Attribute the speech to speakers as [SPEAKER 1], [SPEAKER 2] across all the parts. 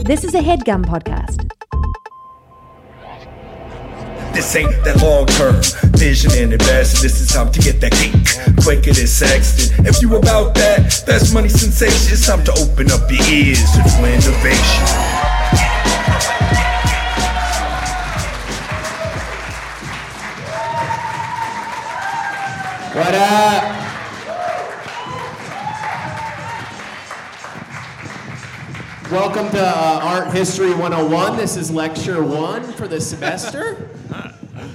[SPEAKER 1] This is a headgum podcast.
[SPEAKER 2] This ain't that long term vision and investing. This is time to get that cake quicker than Sexton. If you about that, that's money sensation. It's time to open up your ears to true innovation.
[SPEAKER 3] What up? Welcome to uh, Art History 101. This is lecture one for the semester.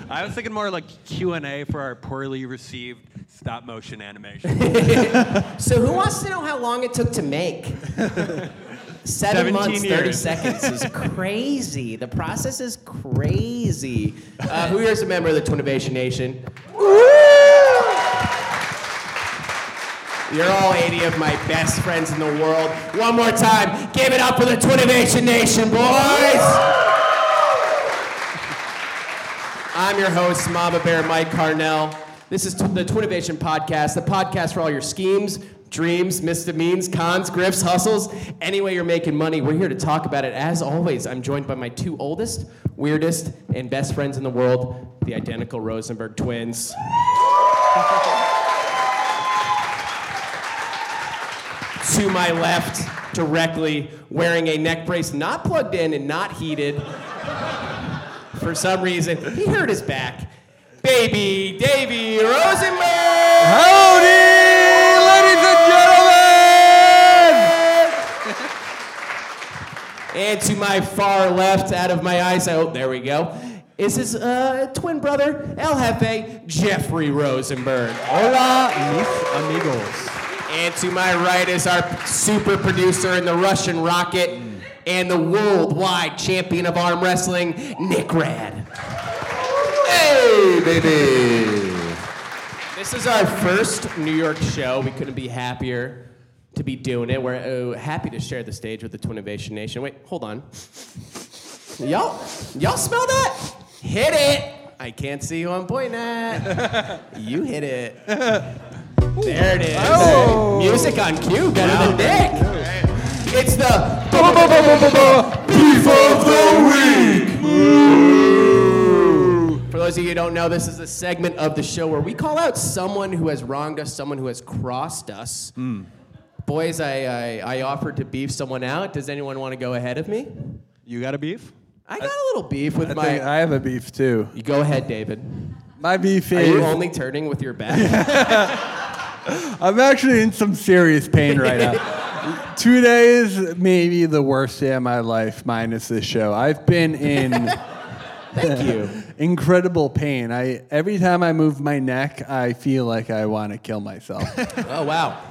[SPEAKER 4] I was thinking more like Q and A for our poorly received stop motion animation.
[SPEAKER 3] so, who wants to know how long it took to make? Seven
[SPEAKER 4] 17
[SPEAKER 3] months, 30
[SPEAKER 4] years.
[SPEAKER 3] seconds is crazy. The process is crazy. Uh, who here is a member of the Twinovation Nation? You're all 80 of my best friends in the world. One more time, give it up for the Twinovation Nation, boys! I'm your host, Mama Bear Mike Carnell. This is t- the Twinnovation Podcast, the podcast for all your schemes, dreams, misdemeans, cons, grifts, hustles, any way you're making money. We're here to talk about it. As always, I'm joined by my two oldest, weirdest, and best friends in the world, the identical Rosenberg twins. to my left, directly wearing a neck brace, not plugged in and not heated for some reason. He hurt his back. Baby Davy Rosenberg!
[SPEAKER 4] Howdy, ladies and gentlemen!
[SPEAKER 3] And to my far left, out of my eyes, oh, there we go, is his uh, twin brother, El Jefe, Jeffrey Rosenberg. Hola, mis amigos. And to my right is our super producer in the Russian Rocket and the worldwide champion of arm wrestling, Nick Rad. Hey, baby! This is our first New York show. We couldn't be happier to be doing it. We're uh, happy to share the stage with the Twinnovation Nation. Wait, hold on. Y'all, y'all smell that? Hit it! I can't see who I'm pointing at. You hit it. There it is. Music on cue, better than Nick. It's the beef of the week. For those of you who don't know, this is a segment of the show where we call out someone who has wronged us, someone who has crossed us. Boys, I, I, I offered to beef someone out. Does anyone want to go ahead of me?
[SPEAKER 4] You got a beef?
[SPEAKER 3] I got a little beef with
[SPEAKER 5] I,
[SPEAKER 3] my.
[SPEAKER 5] think I have a beef too.
[SPEAKER 3] you go ahead, David.
[SPEAKER 5] My beef
[SPEAKER 3] Are
[SPEAKER 5] is
[SPEAKER 3] you only turning with your back?
[SPEAKER 5] I'm actually in some serious pain right now. Two days, maybe the worst day of my life, minus this show. I've been in
[SPEAKER 3] Thank you.
[SPEAKER 5] incredible pain. I every time I move my neck, I feel like I want to kill myself.
[SPEAKER 3] Oh wow.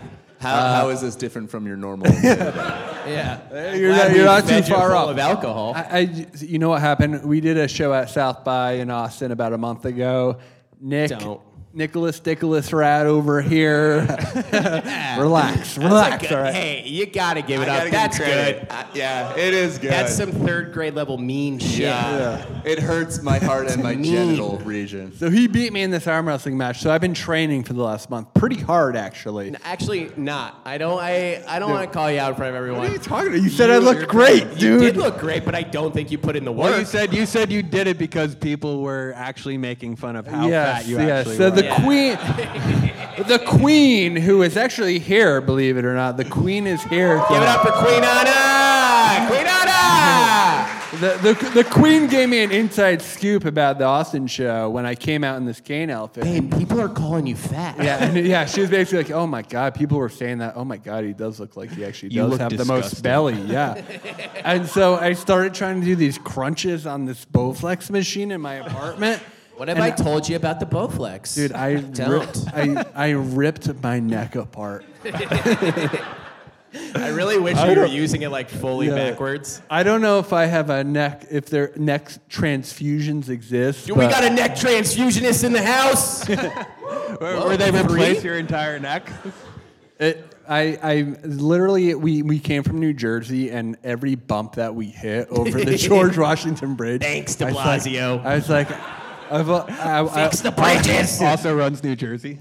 [SPEAKER 6] How, how is this different from your normal?
[SPEAKER 3] Yeah.
[SPEAKER 5] you're
[SPEAKER 3] Glad
[SPEAKER 5] not,
[SPEAKER 3] we
[SPEAKER 5] you're not too
[SPEAKER 3] fed you
[SPEAKER 5] far
[SPEAKER 3] full
[SPEAKER 5] off.
[SPEAKER 3] Of alcohol.
[SPEAKER 5] I, I- you know what happened? We did a show at South by in Austin about a month ago. Nick,
[SPEAKER 3] Don't.
[SPEAKER 5] Nicholas, Nicholas Rat over here. relax, relax.
[SPEAKER 3] That's a good-
[SPEAKER 5] all right.
[SPEAKER 3] Hey, you gotta give it
[SPEAKER 6] I gotta
[SPEAKER 3] up.
[SPEAKER 6] give
[SPEAKER 3] That's
[SPEAKER 6] you
[SPEAKER 3] good.
[SPEAKER 6] credit. I- yeah, it is good.
[SPEAKER 3] That's some third grade level mean shit.
[SPEAKER 6] yeah. It hurts my heart and my
[SPEAKER 3] Mean.
[SPEAKER 6] genital region.
[SPEAKER 5] So he beat me in this arm wrestling match. So I've been training for the last month, pretty hard actually.
[SPEAKER 3] Actually, not. I don't. I. I don't want to call you out in front of
[SPEAKER 5] What are you
[SPEAKER 3] everyone.
[SPEAKER 5] talking about? You said I looked great,
[SPEAKER 3] You
[SPEAKER 5] dude.
[SPEAKER 3] did look great, but I don't think you put in the work.
[SPEAKER 4] Well, you said you said you did it because people were actually making fun of how
[SPEAKER 5] yes,
[SPEAKER 4] fat you
[SPEAKER 5] yes.
[SPEAKER 4] actually were.
[SPEAKER 5] So the
[SPEAKER 3] Yeah.
[SPEAKER 5] queen, the queen who is actually here, believe it or not, the queen is here.
[SPEAKER 3] Give it up for Queen Anna. Queen Anna.
[SPEAKER 5] The, the, the queen gave me an inside scoop about the Austin show when I came out in this cane outfit.
[SPEAKER 3] Babe, people are calling you fat.
[SPEAKER 5] Yeah, and, yeah, she was basically like, "Oh my god," people were saying that. Oh my god, he does look like he actually
[SPEAKER 4] You
[SPEAKER 5] does
[SPEAKER 4] look
[SPEAKER 5] have the
[SPEAKER 4] disgusting.
[SPEAKER 5] most belly. Yeah, and so I started trying to do these crunches on this Bowflex machine in my apartment.
[SPEAKER 3] What have
[SPEAKER 5] And
[SPEAKER 3] I told you about the Bowflex?
[SPEAKER 5] Dude, I ripped,
[SPEAKER 3] don't.
[SPEAKER 5] I, I ripped my neck apart.
[SPEAKER 3] I really wish you were using it like fully
[SPEAKER 5] Yeah.
[SPEAKER 3] backwards.
[SPEAKER 5] I don't know if I have a neck, if there neck transfusions exist.
[SPEAKER 3] Dude, we
[SPEAKER 5] but-
[SPEAKER 3] got a neck transfusionist in the house.
[SPEAKER 4] Or they
[SPEAKER 3] Three?
[SPEAKER 4] replace your entire neck?
[SPEAKER 5] It, I, I literally, we, we came from New Jersey, and every bump that we hit over the George Washington Bridge.
[SPEAKER 3] Thanks, de
[SPEAKER 5] I was like-
[SPEAKER 3] Blasio.
[SPEAKER 5] I was like, I've, uh, I, I,
[SPEAKER 3] Fix the bridges.
[SPEAKER 4] Also runs New Jersey.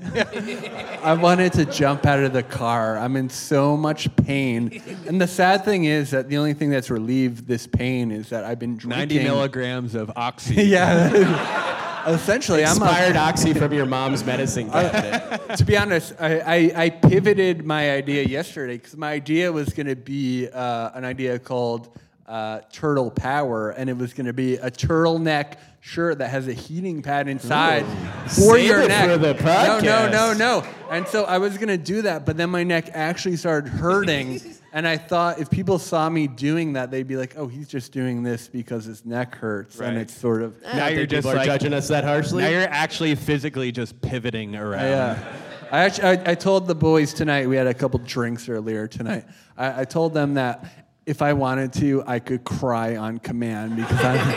[SPEAKER 5] I wanted to jump out of the car. I'm in so much pain. And the sad thing is that the only thing that's relieved this pain is that I've been drinking.
[SPEAKER 4] 90 milligrams of oxy.
[SPEAKER 5] Yeah. Essentially, I'm a
[SPEAKER 3] Inspired oxy from your mom's medicine cabinet.
[SPEAKER 5] to be honest, I, I, I pivoted my idea yesterday because my idea was going to be uh, an idea called uh, Turtle Power, and it was going to be a turtleneck shirt that has a heating pad inside for
[SPEAKER 3] Save
[SPEAKER 5] your
[SPEAKER 3] it
[SPEAKER 5] neck.
[SPEAKER 3] for the
[SPEAKER 5] No,
[SPEAKER 3] podcast.
[SPEAKER 5] no, no, no. And so I was going to do that, but then my neck actually started hurting. And I thought if people saw me doing that, they'd be like, "Oh, he's just doing this because his neck hurts," and
[SPEAKER 4] Right.
[SPEAKER 5] it's sort of
[SPEAKER 3] I
[SPEAKER 4] Now
[SPEAKER 3] think
[SPEAKER 4] you're just
[SPEAKER 3] people are
[SPEAKER 4] like-
[SPEAKER 3] judging us that harshly.
[SPEAKER 4] Now you're actually physically just pivoting around.
[SPEAKER 5] Yeah. I, actually, I, I told the boys tonight, we had a couple drinks earlier tonight. I, I told them that if I wanted to, I could cry on command because I'm,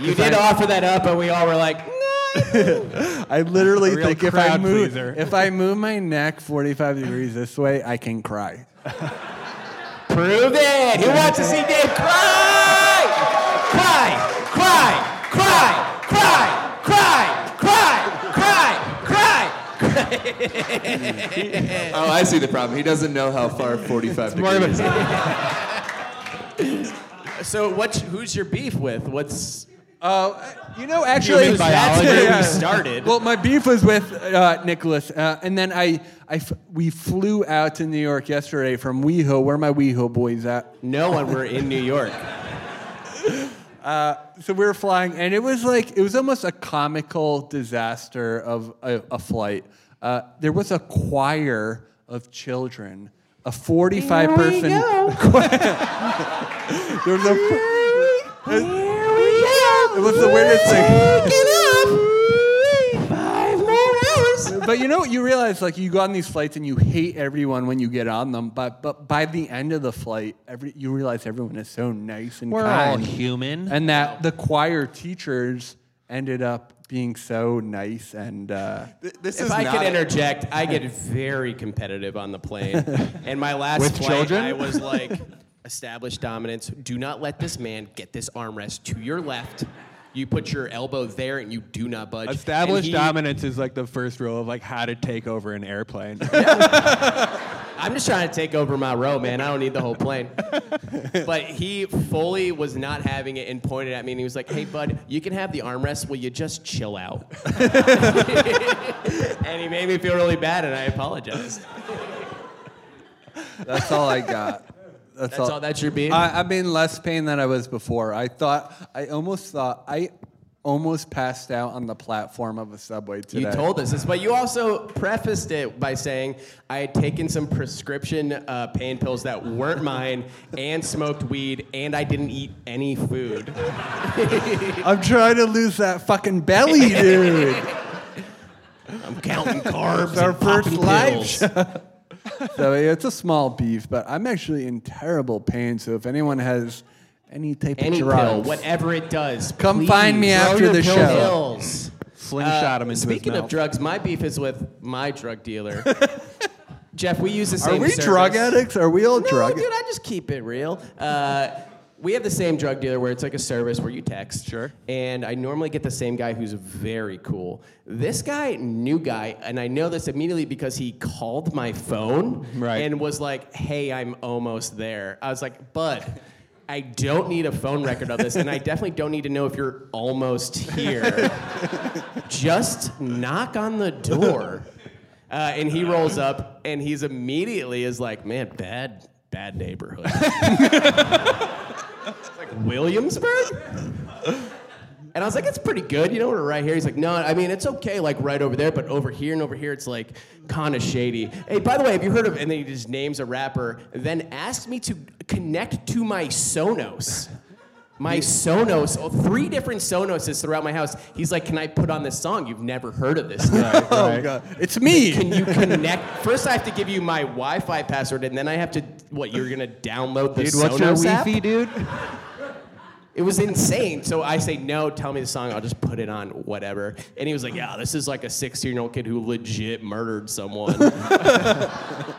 [SPEAKER 3] you did
[SPEAKER 5] I-
[SPEAKER 3] offer that up, and we all were like,
[SPEAKER 5] I literally
[SPEAKER 4] A real
[SPEAKER 5] think if I,
[SPEAKER 4] crowd
[SPEAKER 5] move,
[SPEAKER 4] pleaser.
[SPEAKER 5] if I move my neck 45 degrees this way, I can cry.
[SPEAKER 3] prove it. He wants to see Dave cry, cry, cry, cry, cry, cry, cry, cry, cry.
[SPEAKER 6] Oh, I see the problem. He doesn't know how far 45
[SPEAKER 4] More of
[SPEAKER 6] degrees. is.
[SPEAKER 4] a-
[SPEAKER 3] So what's who's your beef with? What's
[SPEAKER 5] Uh, you know, actually,
[SPEAKER 3] Human biology,
[SPEAKER 5] that's-
[SPEAKER 3] we started.
[SPEAKER 5] Well, my beef was with uh, Nicholas, uh, and then I, I f- we flew out to New York yesterday from WeHo. Where are my WeHo boys at?
[SPEAKER 3] no one? We're in New York.
[SPEAKER 5] so we were flying, and it was like it was almost a comical disaster of a, a flight. Uh, there was a choir of children, a forty-five person. there was a- it was the weirdest thing. But you know what? You realize like you go on these flights and you hate everyone when you get on them, but but by the end of the flight, every you realize everyone is so nice and
[SPEAKER 4] We're all
[SPEAKER 5] kind.
[SPEAKER 4] human.
[SPEAKER 5] and that the choir teachers ended up being so nice and uh,
[SPEAKER 6] Th- This
[SPEAKER 3] If
[SPEAKER 6] is
[SPEAKER 3] I
[SPEAKER 6] not
[SPEAKER 3] could interject, I get very competitive on the plane. And my last
[SPEAKER 4] With
[SPEAKER 3] flight,
[SPEAKER 4] children?
[SPEAKER 3] I was like, establish dominance. Do not let this man get this armrest to your left. You put your elbow there and you do not budge. And
[SPEAKER 4] Established
[SPEAKER 3] he-
[SPEAKER 4] dominance is like the first rule of like how to take over an airplane.
[SPEAKER 3] I'm just trying to take over my row, man. I don't need the whole plane. but he fully was not having it and pointed at me and he was like, hey, bud, you can have the armrest. Will you just chill out? and he made me feel really bad and I apologized.
[SPEAKER 5] That's all I got. That's,
[SPEAKER 3] That's all that's your beef?
[SPEAKER 5] I, I'm in less pain than I was before. I thought, I almost thought, I almost passed out on the platform of a subway today.
[SPEAKER 3] You told us this, but you also prefaced it by saying I had taken some prescription uh, pain pills that weren't mine, and smoked weed, and I didn't eat any food.
[SPEAKER 5] I'm trying to lose that fucking belly, dude.
[SPEAKER 3] I'm counting carbs.
[SPEAKER 5] It's our
[SPEAKER 3] and
[SPEAKER 5] first
[SPEAKER 3] popping
[SPEAKER 5] live
[SPEAKER 3] pills.
[SPEAKER 5] show. so yeah, it's a small beef, but I'm actually in terrible pain. So if anyone has any type
[SPEAKER 3] Any
[SPEAKER 5] of drugs,
[SPEAKER 3] pill, whatever it does.
[SPEAKER 5] Come find me
[SPEAKER 3] please.
[SPEAKER 5] after
[SPEAKER 3] Throw your
[SPEAKER 5] the show.
[SPEAKER 3] Pills. Uh,
[SPEAKER 4] Slingshot him into his
[SPEAKER 3] Speaking of
[SPEAKER 4] mouth.
[SPEAKER 3] drugs, my beef is with my drug dealer. Jeff, we use the
[SPEAKER 5] are
[SPEAKER 3] same.
[SPEAKER 5] we
[SPEAKER 3] service.
[SPEAKER 5] drug addicts? Are we all
[SPEAKER 3] No,
[SPEAKER 5] drug?
[SPEAKER 3] dude, I just keep it real. Uh, we have the same drug dealer where it's like a service where you text.
[SPEAKER 4] Sure.
[SPEAKER 3] And I normally get the same guy who's very cool. This guy, new guy, and I know this immediately because he called my phone
[SPEAKER 4] Right.
[SPEAKER 3] and was like, hey, I'm almost there. I was like, bud. I don't need a phone record of this, and I definitely don't need to know if you're almost here just knock on the door. Uh, and he rolls up and he's immediately is like, man, bad, bad neighborhood. It's like Williamsburg? And I was like, it's pretty good. You know, we're right here. He's like, no, I mean, it's okay, like right over there, but over here and over here, it's like kind of shady. Hey, by the way, have you heard of, and then he just names a rapper, and then asks me to connect to my Sonos. My Sonos, oh, three different Sonoses throughout my house. He's like, can I put on this song? You've never heard of this. guy.
[SPEAKER 5] Oh god, it's me.
[SPEAKER 3] Can you connect? First, I have to give you my Wi-Fi password, and then I have to. What you're gonna download the
[SPEAKER 4] dude,
[SPEAKER 3] Sonos
[SPEAKER 4] what's your
[SPEAKER 3] app?
[SPEAKER 4] Wi-Fi, dude?
[SPEAKER 3] It was insane. So I say, no, tell me the song. I'll just put it on, whatever. And he was like, yeah, this is like a 16 year old kid who legit murdered someone.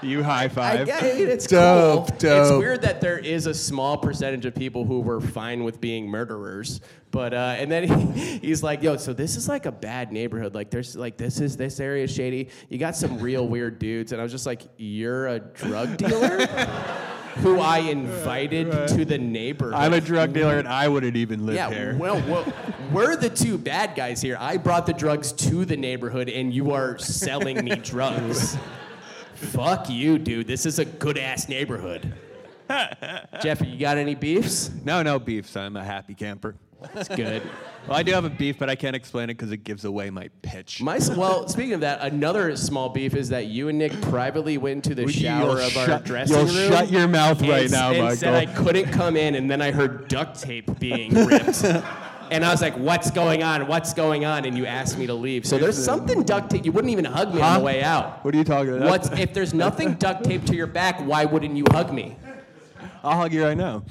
[SPEAKER 4] You high
[SPEAKER 3] I,
[SPEAKER 4] five.
[SPEAKER 3] yeah, I mean, it's
[SPEAKER 5] Dope,
[SPEAKER 3] cool. It's
[SPEAKER 5] dope.
[SPEAKER 3] weird that there is a small percentage of people who were fine with being murderers. But uh, and then he, he's like, "Yo, so this is like a bad neighborhood. Like, there's like this is this area is shady. You got some real weird dudes." And I was just like, "You're a drug dealer." Who I invited to the neighborhood.
[SPEAKER 5] I'm a drug dealer and I wouldn't even live
[SPEAKER 3] yeah,
[SPEAKER 5] here.
[SPEAKER 3] well, well, we're the two bad guys here. I brought the drugs to the neighborhood, and you are selling me drugs. Fuck you, dude. This is a good ass neighborhood. Jeffrey, you got any beefs?
[SPEAKER 4] No, no beefs. I'm a happy camper.
[SPEAKER 3] That's good.
[SPEAKER 4] Well, I do have a beef, but I can't explain it because it gives away my pitch.
[SPEAKER 3] My, well, speaking of that, another small beef is that you and Nick privately went to the
[SPEAKER 5] Would you-
[SPEAKER 3] shower
[SPEAKER 5] you'll
[SPEAKER 3] of our
[SPEAKER 5] shut-
[SPEAKER 3] dressing
[SPEAKER 5] you'll
[SPEAKER 3] room.
[SPEAKER 5] shut your mouth
[SPEAKER 3] and
[SPEAKER 5] right
[SPEAKER 3] s-
[SPEAKER 5] now,
[SPEAKER 3] and
[SPEAKER 5] Michael.
[SPEAKER 3] said I couldn't come in, and then I heard duct tape being ripped. And I was like, "What's going on? What's going on?" And you asked me to leave. So there's something duct tape. You wouldn't even hug me on
[SPEAKER 5] Huh?
[SPEAKER 3] the way out.
[SPEAKER 5] What are you talking about?
[SPEAKER 3] What's if there's nothing duct taped to your back? Why wouldn't you hug me?
[SPEAKER 5] I'll hug you right now.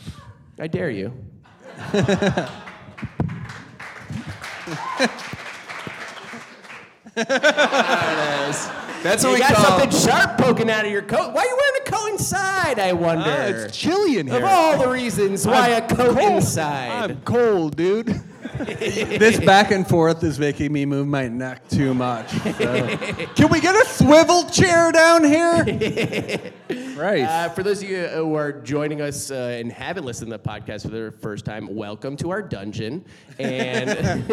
[SPEAKER 3] I dare you.
[SPEAKER 7] That's what
[SPEAKER 3] you
[SPEAKER 7] we
[SPEAKER 3] got
[SPEAKER 7] call.
[SPEAKER 3] something sharp poking out of your coat. Why are you wearing a coat inside? I wonder.
[SPEAKER 5] Ah, it's chilly in here.
[SPEAKER 3] Of all the reasons why a coat
[SPEAKER 5] cold.
[SPEAKER 3] inside.
[SPEAKER 5] I'm cold, dude. this back and forth is making me move my neck too much. so. Can we get a swivel chair down here? Right.
[SPEAKER 3] Uh, for those of you who are joining us uh, and haven't listened to the podcast for the first time, welcome to our dungeon. And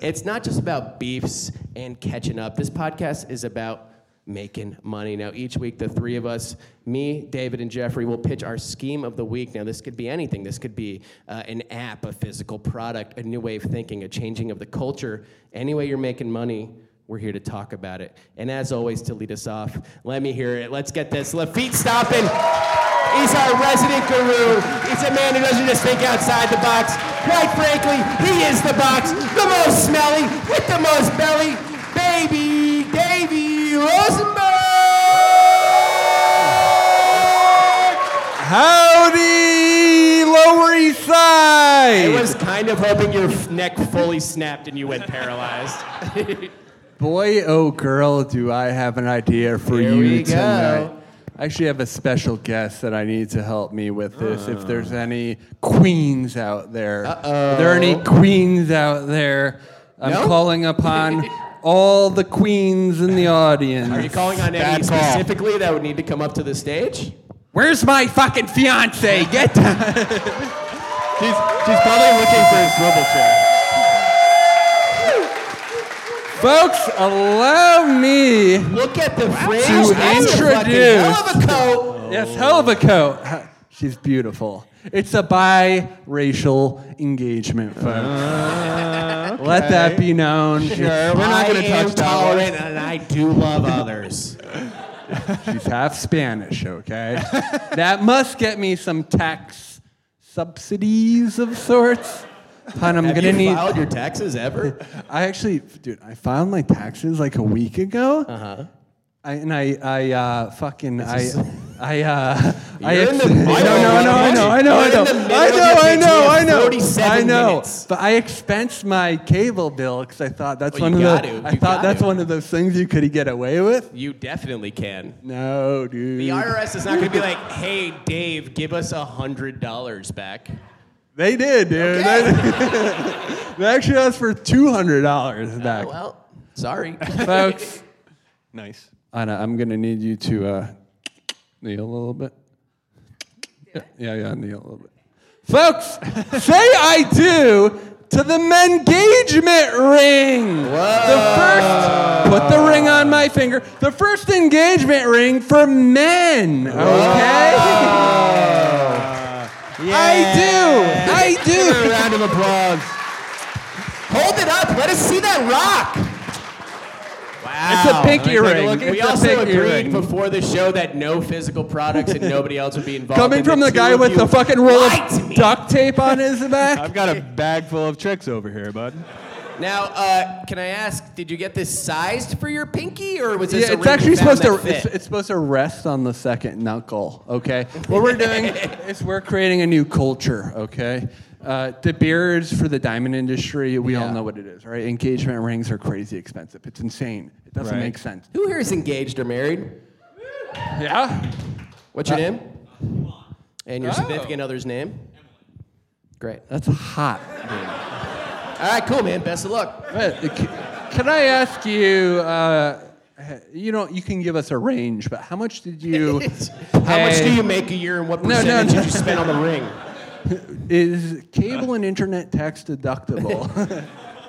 [SPEAKER 3] it's not just about beefs and catching up. This podcast is about making money. Now, each week, the three of us, me, David, and Jeffrey, will pitch our scheme of the week. Now, this could be anything. This could be uh, an app, a physical product, a new way of thinking, a changing of the culture. Any way you're making money, we're here to talk about it. And as always, to lead us off, let me hear it. Let's get this. Lafitte stopping. He's our resident guru. He's a man who doesn't just think outside the box. Quite frankly, he is the box, the most smelly, with the most belly, baby Davey Rosenberg.
[SPEAKER 5] Howdy, Lower East Side.
[SPEAKER 3] I was kind of hoping your f- neck fully snapped and you went paralyzed.
[SPEAKER 5] Boy, oh girl, do I have an idea for
[SPEAKER 3] Here
[SPEAKER 5] you
[SPEAKER 3] we go.
[SPEAKER 5] tonight. I actually have a special guest that I need to help me with this.
[SPEAKER 3] Ah.
[SPEAKER 5] If there's any queens out there, Uh-oh. there are any queens out there, I'm
[SPEAKER 3] No?
[SPEAKER 5] calling upon all the queens in the audience.
[SPEAKER 3] Are you calling on any
[SPEAKER 5] Bad call.
[SPEAKER 3] specifically that would need to come up to the stage?
[SPEAKER 5] Where's my fucking fiance? Get
[SPEAKER 4] She's, she's probably looking for a swivel chair.
[SPEAKER 5] folks, allow me.
[SPEAKER 3] Look at the fringe.
[SPEAKER 5] To
[SPEAKER 3] That's a fucking
[SPEAKER 5] introduce-
[SPEAKER 3] hell of a coat.
[SPEAKER 5] Yes, hell of a coat. She's beautiful. It's a biracial engagement, folks. Let that be known.
[SPEAKER 3] We're not
[SPEAKER 5] gonna
[SPEAKER 3] going to
[SPEAKER 5] touch
[SPEAKER 3] touch
[SPEAKER 5] that
[SPEAKER 3] tolerant, and I do love others.
[SPEAKER 5] She's half Spanish, okay? that must get me some tax subsidies of sorts. Hun, I'm
[SPEAKER 3] Have
[SPEAKER 5] gonna
[SPEAKER 3] you
[SPEAKER 5] need.
[SPEAKER 3] filed your taxes ever?
[SPEAKER 5] I actually, dude, I filed my taxes like a week ago. Uh
[SPEAKER 3] Uh-huh.
[SPEAKER 5] huh. I, and I, I, uh, fucking, I, I, uh, I,
[SPEAKER 3] You're in the
[SPEAKER 5] ex-
[SPEAKER 3] middle
[SPEAKER 5] I know, no,
[SPEAKER 3] of
[SPEAKER 5] no, I know, I know,
[SPEAKER 3] You're
[SPEAKER 5] I know,
[SPEAKER 3] in the middle
[SPEAKER 5] I
[SPEAKER 3] of
[SPEAKER 5] know,
[SPEAKER 3] your
[SPEAKER 5] I know, I
[SPEAKER 3] between
[SPEAKER 5] know,
[SPEAKER 3] 47
[SPEAKER 5] I know.
[SPEAKER 3] minutes.
[SPEAKER 5] But I expensed my cable bill because I thought that's
[SPEAKER 3] Well,
[SPEAKER 5] one
[SPEAKER 3] you
[SPEAKER 5] of
[SPEAKER 3] got to,
[SPEAKER 5] the, I
[SPEAKER 3] you
[SPEAKER 5] thought
[SPEAKER 3] got
[SPEAKER 5] that's
[SPEAKER 3] to.
[SPEAKER 5] one of those things you could get away with.
[SPEAKER 3] You definitely can.
[SPEAKER 5] No, dude.
[SPEAKER 3] The IRS is not going to be like, hey, Dave, give us a $100 back.
[SPEAKER 5] They did, dude. They, they actually asked for two hundred dollars
[SPEAKER 3] Oh,
[SPEAKER 5] back,
[SPEAKER 3] Well, sorry.
[SPEAKER 5] folks.
[SPEAKER 4] Nice.
[SPEAKER 5] Anna, I'm gonna need you to uh, kneel a little bit. Yeah, yeah, yeah, kneel a little bit, folks. say I do to the engagement ring. The first, put the ring on my finger. The first engagement ring for men. Okay. I do. I do.
[SPEAKER 4] Round of applause.
[SPEAKER 3] Hold it up. Let us see that rock.
[SPEAKER 5] It's
[SPEAKER 3] Wow.
[SPEAKER 5] a pinky
[SPEAKER 3] Let me take
[SPEAKER 5] ring.
[SPEAKER 3] look. We
[SPEAKER 5] It's a
[SPEAKER 3] also
[SPEAKER 5] pinky
[SPEAKER 3] agreed
[SPEAKER 5] ring.
[SPEAKER 3] before the show that no physical products and nobody else would be involved.
[SPEAKER 5] Coming
[SPEAKER 3] and
[SPEAKER 5] from the
[SPEAKER 3] two
[SPEAKER 5] guy
[SPEAKER 3] of
[SPEAKER 5] with
[SPEAKER 3] you
[SPEAKER 5] the fucking roll
[SPEAKER 3] lied to
[SPEAKER 5] of
[SPEAKER 3] me.
[SPEAKER 5] duct tape on his back.
[SPEAKER 4] I've got a bag full of tricks over here, bud.
[SPEAKER 3] Now, uh, can I ask? Did you get this sized for your pinky, or was this
[SPEAKER 5] Yeah,
[SPEAKER 3] a
[SPEAKER 5] it's
[SPEAKER 3] ring you
[SPEAKER 5] actually
[SPEAKER 3] found
[SPEAKER 5] supposed to
[SPEAKER 3] that
[SPEAKER 5] it's,
[SPEAKER 3] fit?
[SPEAKER 5] it's supposed to rest on the second knuckle. Okay, what we're doing is we're creating a new culture. Okay, uh, the beards for the diamond industry, we all
[SPEAKER 3] Yeah.
[SPEAKER 5] know what it is, right? Engagement rings are crazy expensive. It's insane. It doesn't
[SPEAKER 3] Right.
[SPEAKER 5] make sense.
[SPEAKER 3] Who here is engaged or married?
[SPEAKER 5] Yeah,
[SPEAKER 3] What's
[SPEAKER 5] Uh,
[SPEAKER 3] your name? And your significant other's name? Great.
[SPEAKER 5] that's hot.
[SPEAKER 3] All right, cool, man. Best of luck.
[SPEAKER 5] But, uh, c- Can I ask you? Uh, you know, you can give us a range, but how much did you?
[SPEAKER 3] How much
[SPEAKER 5] pay-
[SPEAKER 3] do you make a year, and what
[SPEAKER 5] no,
[SPEAKER 3] percentage
[SPEAKER 5] no.
[SPEAKER 3] did you spend on the ring?
[SPEAKER 5] Is cable and internet tax deductible?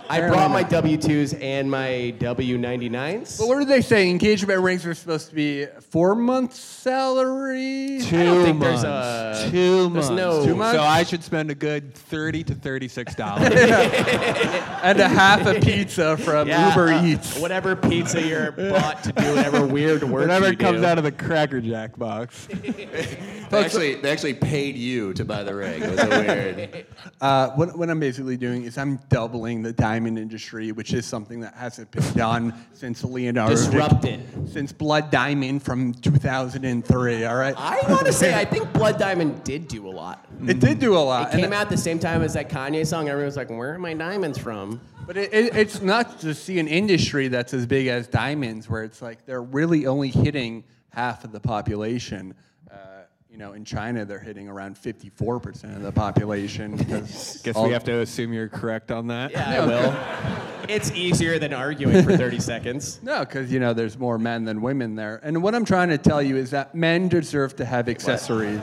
[SPEAKER 3] I brought my W twos and my W ninety nines.
[SPEAKER 5] But what did they say? Engagement rings were supposed to be four months' salary.
[SPEAKER 3] I don't think there's a-
[SPEAKER 5] two
[SPEAKER 3] there's no- Two
[SPEAKER 5] months?
[SPEAKER 4] So I should spend a good thirty to thirty-six dollars.
[SPEAKER 5] and a half a pizza from
[SPEAKER 3] Yeah,
[SPEAKER 5] Uber
[SPEAKER 3] uh,
[SPEAKER 5] Eats.
[SPEAKER 3] Whatever pizza you're bought to do, whatever weird work.
[SPEAKER 4] Whatever
[SPEAKER 3] you
[SPEAKER 4] comes
[SPEAKER 3] do.
[SPEAKER 4] out of the Cracker Jack box.
[SPEAKER 6] They actually, they actually paid you to buy the ring. It was a weird.
[SPEAKER 5] Uh, what, what I'm basically doing is I'm doubling the diamond industry, which is something that hasn't been done since Leonardo Dic-
[SPEAKER 3] Disrupt it.
[SPEAKER 5] since Blood Diamond from 2003. All right,
[SPEAKER 3] I want to say I think Blood Diamond did do a lot.
[SPEAKER 5] it did do a lot.
[SPEAKER 3] It
[SPEAKER 5] and
[SPEAKER 3] came out the same time as that Kanye song. Everyone was like, "Where are my diamonds from?"
[SPEAKER 5] But it, it, it's not to see an industry that's as big as diamonds, where it's like they're really only hitting half of the population. Uh, you know, in China, they're hitting around 54% of the population. Because
[SPEAKER 4] Guess
[SPEAKER 5] all-
[SPEAKER 4] we have to assume you're correct on that.
[SPEAKER 3] Yeah, I will. it's easier than arguing for 30 seconds.
[SPEAKER 5] No, because, you know, there's more men than women there. And what I'm trying to tell you is that men deserve to have accessories.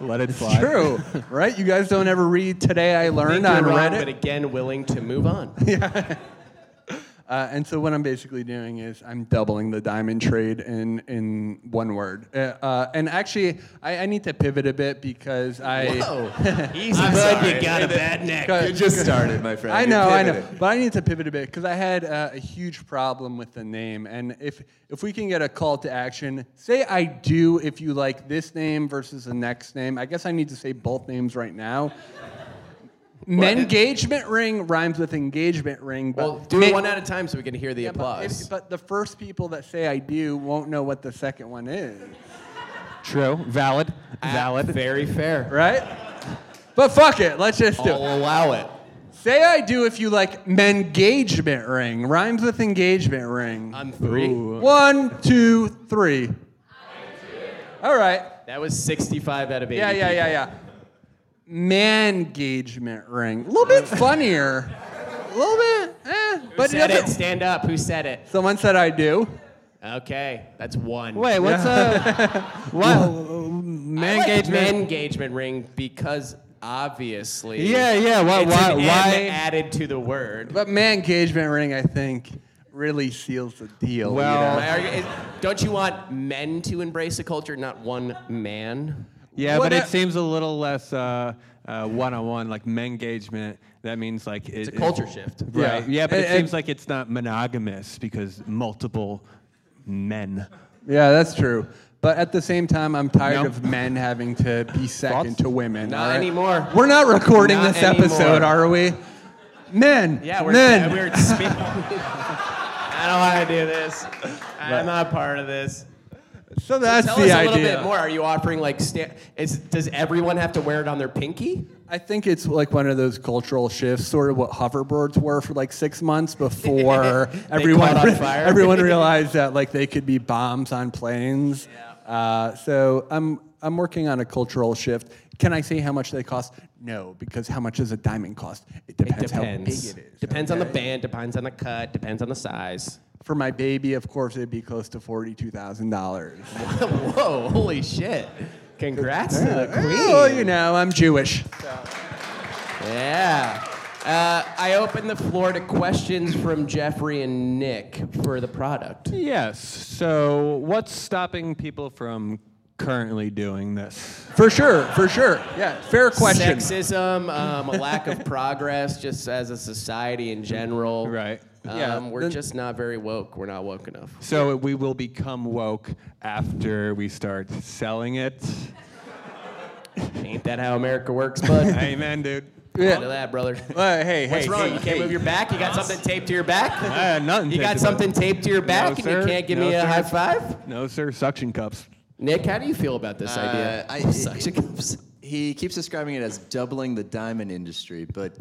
[SPEAKER 4] Let it fly.
[SPEAKER 5] It's true, right? You guys don't ever read Today I Learned on
[SPEAKER 3] You're wrong,
[SPEAKER 5] Reddit.
[SPEAKER 3] but again, willing to move on.
[SPEAKER 5] Uh, and so what I'm basically doing is I'm doubling the diamond trade in in one word. Uh, uh, and actually, I, I need to pivot a bit because I.
[SPEAKER 3] Whoa, easy, bud. You got a bad neck.
[SPEAKER 6] It just started, my friend.
[SPEAKER 5] I
[SPEAKER 6] You
[SPEAKER 5] know, I know,
[SPEAKER 6] pivoted.
[SPEAKER 5] but I need to pivot a bit because I had uh, a huge problem with the name. And if if we can get a call to action, say I do if you like this name versus the next name. I guess I need to say both names right now. Engagement ring rhymes with engagement ring. But
[SPEAKER 3] Well, do
[SPEAKER 5] ma-
[SPEAKER 3] it one at a time so we can hear the
[SPEAKER 5] Yeah, but,
[SPEAKER 3] applause.
[SPEAKER 5] if- but the first people that say I do won't know what the second one is,
[SPEAKER 4] True. Valid. Valid.
[SPEAKER 3] Very fair.
[SPEAKER 5] right? But fuck it, let's just do it.
[SPEAKER 3] I'll allow it.
[SPEAKER 5] Say I do if you like engagement ring. Rhymes with engagement ring.
[SPEAKER 3] On three.
[SPEAKER 5] One, two, three. All right.
[SPEAKER 3] That was 65 out of 80.
[SPEAKER 5] Yeah, yeah, yeah, yeah. Man engagement ring. A little bit funnier. A little bit, eh.
[SPEAKER 3] Who
[SPEAKER 5] But it
[SPEAKER 3] said it?
[SPEAKER 5] doesn't-
[SPEAKER 3] Stand up. Who said it?
[SPEAKER 5] Someone said I do.
[SPEAKER 3] Okay, that's one.
[SPEAKER 4] Wait, what's a what?
[SPEAKER 3] I
[SPEAKER 4] Man
[SPEAKER 3] like
[SPEAKER 4] engagement.
[SPEAKER 3] men engagement ring because obviously.
[SPEAKER 4] Yeah, yeah. Why?
[SPEAKER 3] It's
[SPEAKER 4] Why?
[SPEAKER 3] an N
[SPEAKER 4] Why?
[SPEAKER 3] added to the word.
[SPEAKER 5] But man engagement ring, I think, really seals the deal. you
[SPEAKER 4] Well,
[SPEAKER 5] know?
[SPEAKER 3] My argu- is- Don't you want men to embrace a culture, not one man?
[SPEAKER 4] Yeah,
[SPEAKER 5] What
[SPEAKER 4] but
[SPEAKER 5] a-
[SPEAKER 4] it seems a little less uh, uh, one-on-one, like men engagement. That means like it-
[SPEAKER 3] It's a culture shift.
[SPEAKER 4] right?
[SPEAKER 5] Yeah.
[SPEAKER 4] Yeah, but it,
[SPEAKER 5] And-
[SPEAKER 4] seems
[SPEAKER 5] and-
[SPEAKER 4] like it's not monogamous because multiple men.
[SPEAKER 5] Yeah, that's true. But at the same time, I'm tired
[SPEAKER 4] No.
[SPEAKER 5] of men having to be second
[SPEAKER 4] Thoughts?
[SPEAKER 5] to women.
[SPEAKER 3] Not
[SPEAKER 5] all right?
[SPEAKER 3] anymore.
[SPEAKER 5] We're not recording
[SPEAKER 3] Not
[SPEAKER 5] this episode,
[SPEAKER 3] anymore.
[SPEAKER 5] are we? Men.
[SPEAKER 3] Yeah, we're,
[SPEAKER 5] men.
[SPEAKER 3] we're speaking. I don't want to do this. I'm not part of this.
[SPEAKER 5] so that's
[SPEAKER 3] Tell
[SPEAKER 5] the
[SPEAKER 3] us a
[SPEAKER 5] idea.
[SPEAKER 3] little bit more. Are you offering like sta- is does everyone have to wear it on their pinky?
[SPEAKER 5] I think it's like one of those cultural shifts, sort of what hoverboards were for like six months before
[SPEAKER 3] They
[SPEAKER 5] everyone
[SPEAKER 3] caught on fire.
[SPEAKER 5] everyone realized that like they could be bombs on planes. Uh, so I'm I'm working on a cultural shift. Can I say how much they cost? No, because how much does a diamond cost? It depends, how big it is.
[SPEAKER 3] Depends on the band. Depends on the cut. Depends on the size.
[SPEAKER 5] For my baby, of course, it'd be close to forty-two thousand dollars.
[SPEAKER 3] Whoa! Holy shit! Congrats to the queen.
[SPEAKER 5] Well, Oh, you know, I'm Jewish.
[SPEAKER 3] Yeah. Uh, I open the floor to questions from Jeffrey and Nick for the product.
[SPEAKER 4] Yes. So, what's stopping people from currently doing this?
[SPEAKER 5] For sure, for sure. Yeah, fair question.
[SPEAKER 3] Sexism, um, a lack of progress, just as a society in general.
[SPEAKER 4] Right.
[SPEAKER 3] Um,
[SPEAKER 5] Yeah,
[SPEAKER 3] We're
[SPEAKER 5] then-
[SPEAKER 3] just not very woke. We're not woke enough.
[SPEAKER 4] So we will become woke after we start selling it.
[SPEAKER 3] Ain't that how America works, bud?
[SPEAKER 4] Amen, dude.
[SPEAKER 5] Yeah.
[SPEAKER 3] Into that, brother.
[SPEAKER 5] Well, hey,
[SPEAKER 3] What's
[SPEAKER 5] hey,
[SPEAKER 3] wrong?
[SPEAKER 5] hey,
[SPEAKER 3] you can't
[SPEAKER 5] hey.
[SPEAKER 3] move your back. You got something taped to your back.
[SPEAKER 5] Uh, nothing
[SPEAKER 3] You got
[SPEAKER 5] taped to my-
[SPEAKER 3] something taped to your back, and
[SPEAKER 5] sir.
[SPEAKER 3] you can't give
[SPEAKER 5] No,
[SPEAKER 3] me a
[SPEAKER 5] sir.
[SPEAKER 3] high five.
[SPEAKER 5] No, sir. Suction cups.
[SPEAKER 3] Nick, how do you feel about
[SPEAKER 5] Uh,
[SPEAKER 3] this idea?
[SPEAKER 6] Uh, I-
[SPEAKER 3] Suction cups.
[SPEAKER 6] He keeps describing it as doubling the diamond industry, but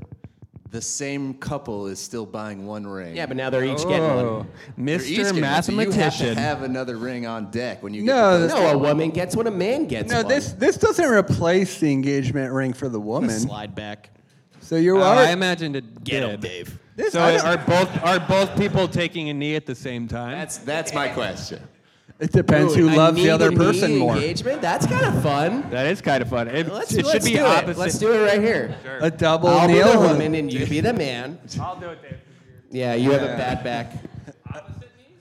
[SPEAKER 6] the same couple is still buying one ring.
[SPEAKER 3] Yeah, but now they're each
[SPEAKER 5] Oh.
[SPEAKER 3] getting one.
[SPEAKER 6] They're each getting
[SPEAKER 5] Mr.
[SPEAKER 6] one, so You have
[SPEAKER 5] Mathematician.
[SPEAKER 6] to have another ring on deck when you get
[SPEAKER 5] No,
[SPEAKER 6] the
[SPEAKER 5] that's-
[SPEAKER 3] No, a woman gets what a man gets.
[SPEAKER 5] Oh, No,
[SPEAKER 3] one.
[SPEAKER 5] this this doesn't replace the engagement ring for the woman.
[SPEAKER 3] slide back.
[SPEAKER 5] So you're
[SPEAKER 4] Oh, I
[SPEAKER 5] right.
[SPEAKER 4] imagined it
[SPEAKER 3] Get him,
[SPEAKER 4] did.
[SPEAKER 3] Dave.
[SPEAKER 5] This-
[SPEAKER 4] So
[SPEAKER 5] I don't-
[SPEAKER 4] are both are both people taking a knee at the same time?
[SPEAKER 6] That's that's my question.
[SPEAKER 5] It depends
[SPEAKER 3] Dude,
[SPEAKER 5] who
[SPEAKER 3] a
[SPEAKER 5] loves the other
[SPEAKER 3] knee-to-knee
[SPEAKER 5] person more.
[SPEAKER 3] Engagement. That's kind of fun.
[SPEAKER 4] that is kind of fun. It,
[SPEAKER 3] Let's,
[SPEAKER 4] it should
[SPEAKER 3] let's
[SPEAKER 4] be
[SPEAKER 3] do
[SPEAKER 4] opposite.
[SPEAKER 3] it. Let's do it right here.
[SPEAKER 5] A double
[SPEAKER 3] I'll be
[SPEAKER 5] nail
[SPEAKER 3] the
[SPEAKER 5] one.
[SPEAKER 3] woman and you be the man.
[SPEAKER 4] I'll do it, Dave.
[SPEAKER 3] Yeah, you have a bad back.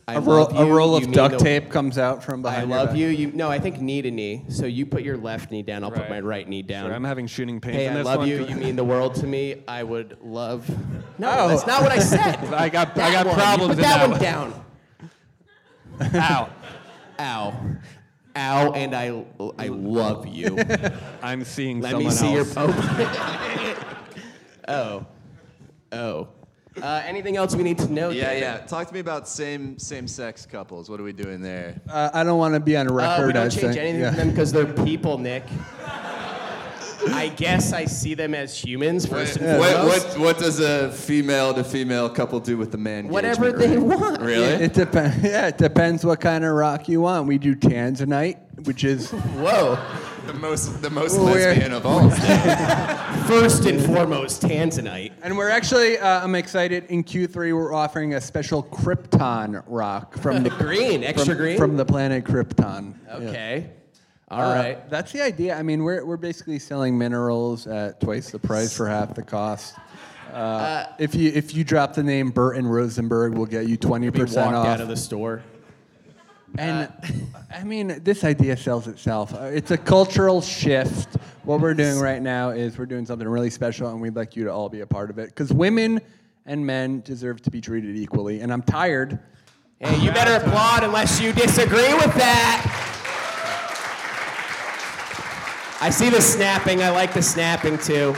[SPEAKER 3] I
[SPEAKER 5] A roll,
[SPEAKER 3] love
[SPEAKER 5] a
[SPEAKER 3] you.
[SPEAKER 5] roll
[SPEAKER 3] You
[SPEAKER 5] of
[SPEAKER 3] mean
[SPEAKER 5] duct
[SPEAKER 3] the-
[SPEAKER 5] tape comes out from
[SPEAKER 3] I
[SPEAKER 5] behind. your
[SPEAKER 3] love
[SPEAKER 5] back.
[SPEAKER 3] you. You no, I think knee to knee. So you put your left knee down. I'll put
[SPEAKER 4] Right.
[SPEAKER 3] my right knee down.
[SPEAKER 4] Sorry, I'm having shooting pain.
[SPEAKER 3] hey, I
[SPEAKER 4] from this
[SPEAKER 3] love
[SPEAKER 4] one.
[SPEAKER 3] you. You mean the world to me. I would love. No,
[SPEAKER 5] Oh.
[SPEAKER 3] that's not what I said.
[SPEAKER 4] I got
[SPEAKER 3] That
[SPEAKER 4] I got
[SPEAKER 3] one. You
[SPEAKER 4] problems
[SPEAKER 3] Put
[SPEAKER 4] in that,
[SPEAKER 3] that one
[SPEAKER 4] one.
[SPEAKER 3] down. Ow, ow, ow, and I I love you.
[SPEAKER 4] I'm seeing
[SPEAKER 3] Let
[SPEAKER 4] someone
[SPEAKER 3] me see
[SPEAKER 4] else.
[SPEAKER 3] your oh. oh, oh. Uh, anything else we need to know?
[SPEAKER 6] Yeah,
[SPEAKER 3] David?
[SPEAKER 6] yeah. Talk to me about same same sex couples. What are we doing there?
[SPEAKER 5] Uh, I don't want to be on
[SPEAKER 3] Uh, we
[SPEAKER 5] record.
[SPEAKER 3] don't
[SPEAKER 5] as
[SPEAKER 3] change
[SPEAKER 5] saying-
[SPEAKER 3] anything
[SPEAKER 5] yeah.
[SPEAKER 3] from them because they're people, Nick. I guess I see them as humans first and
[SPEAKER 6] What,
[SPEAKER 3] foremost.
[SPEAKER 6] what what does a female to female couple do with the man?
[SPEAKER 3] Whatever
[SPEAKER 6] engagement
[SPEAKER 3] they
[SPEAKER 6] ring?
[SPEAKER 3] want.
[SPEAKER 6] Really?
[SPEAKER 5] It depends. Yeah, it depends what kind of rock you want. We do tanzanite, which is
[SPEAKER 3] Whoa.
[SPEAKER 6] The most the most
[SPEAKER 5] Well, we're-
[SPEAKER 6] lesbian of all.
[SPEAKER 3] First and foremost, Tanzanite.
[SPEAKER 5] And we're actually, uh, I'm excited. In Q3, we're offering a special Krypton rock from the
[SPEAKER 3] Green, extra
[SPEAKER 5] from,
[SPEAKER 3] green?
[SPEAKER 5] from the planet Krypton.
[SPEAKER 3] Okay.
[SPEAKER 5] Yeah.
[SPEAKER 3] All right.
[SPEAKER 5] Uh, that's the idea. I mean, we're we're basically selling minerals at twice the price for half the cost. Uh, if you if you drop the name Burton Rosenberg, we'll get you twenty
[SPEAKER 3] We walked
[SPEAKER 5] percent off.
[SPEAKER 3] out of the store.
[SPEAKER 5] and I mean, this idea sells itself. Uh, It's a cultural shift. What we're doing right now is we're doing something really special, and we'd like you to all be a part of it because women and men deserve to be treated equally. And I'm tired.
[SPEAKER 3] Hey, you better applaud unless you disagree with that. I see the snapping. I like the snapping too.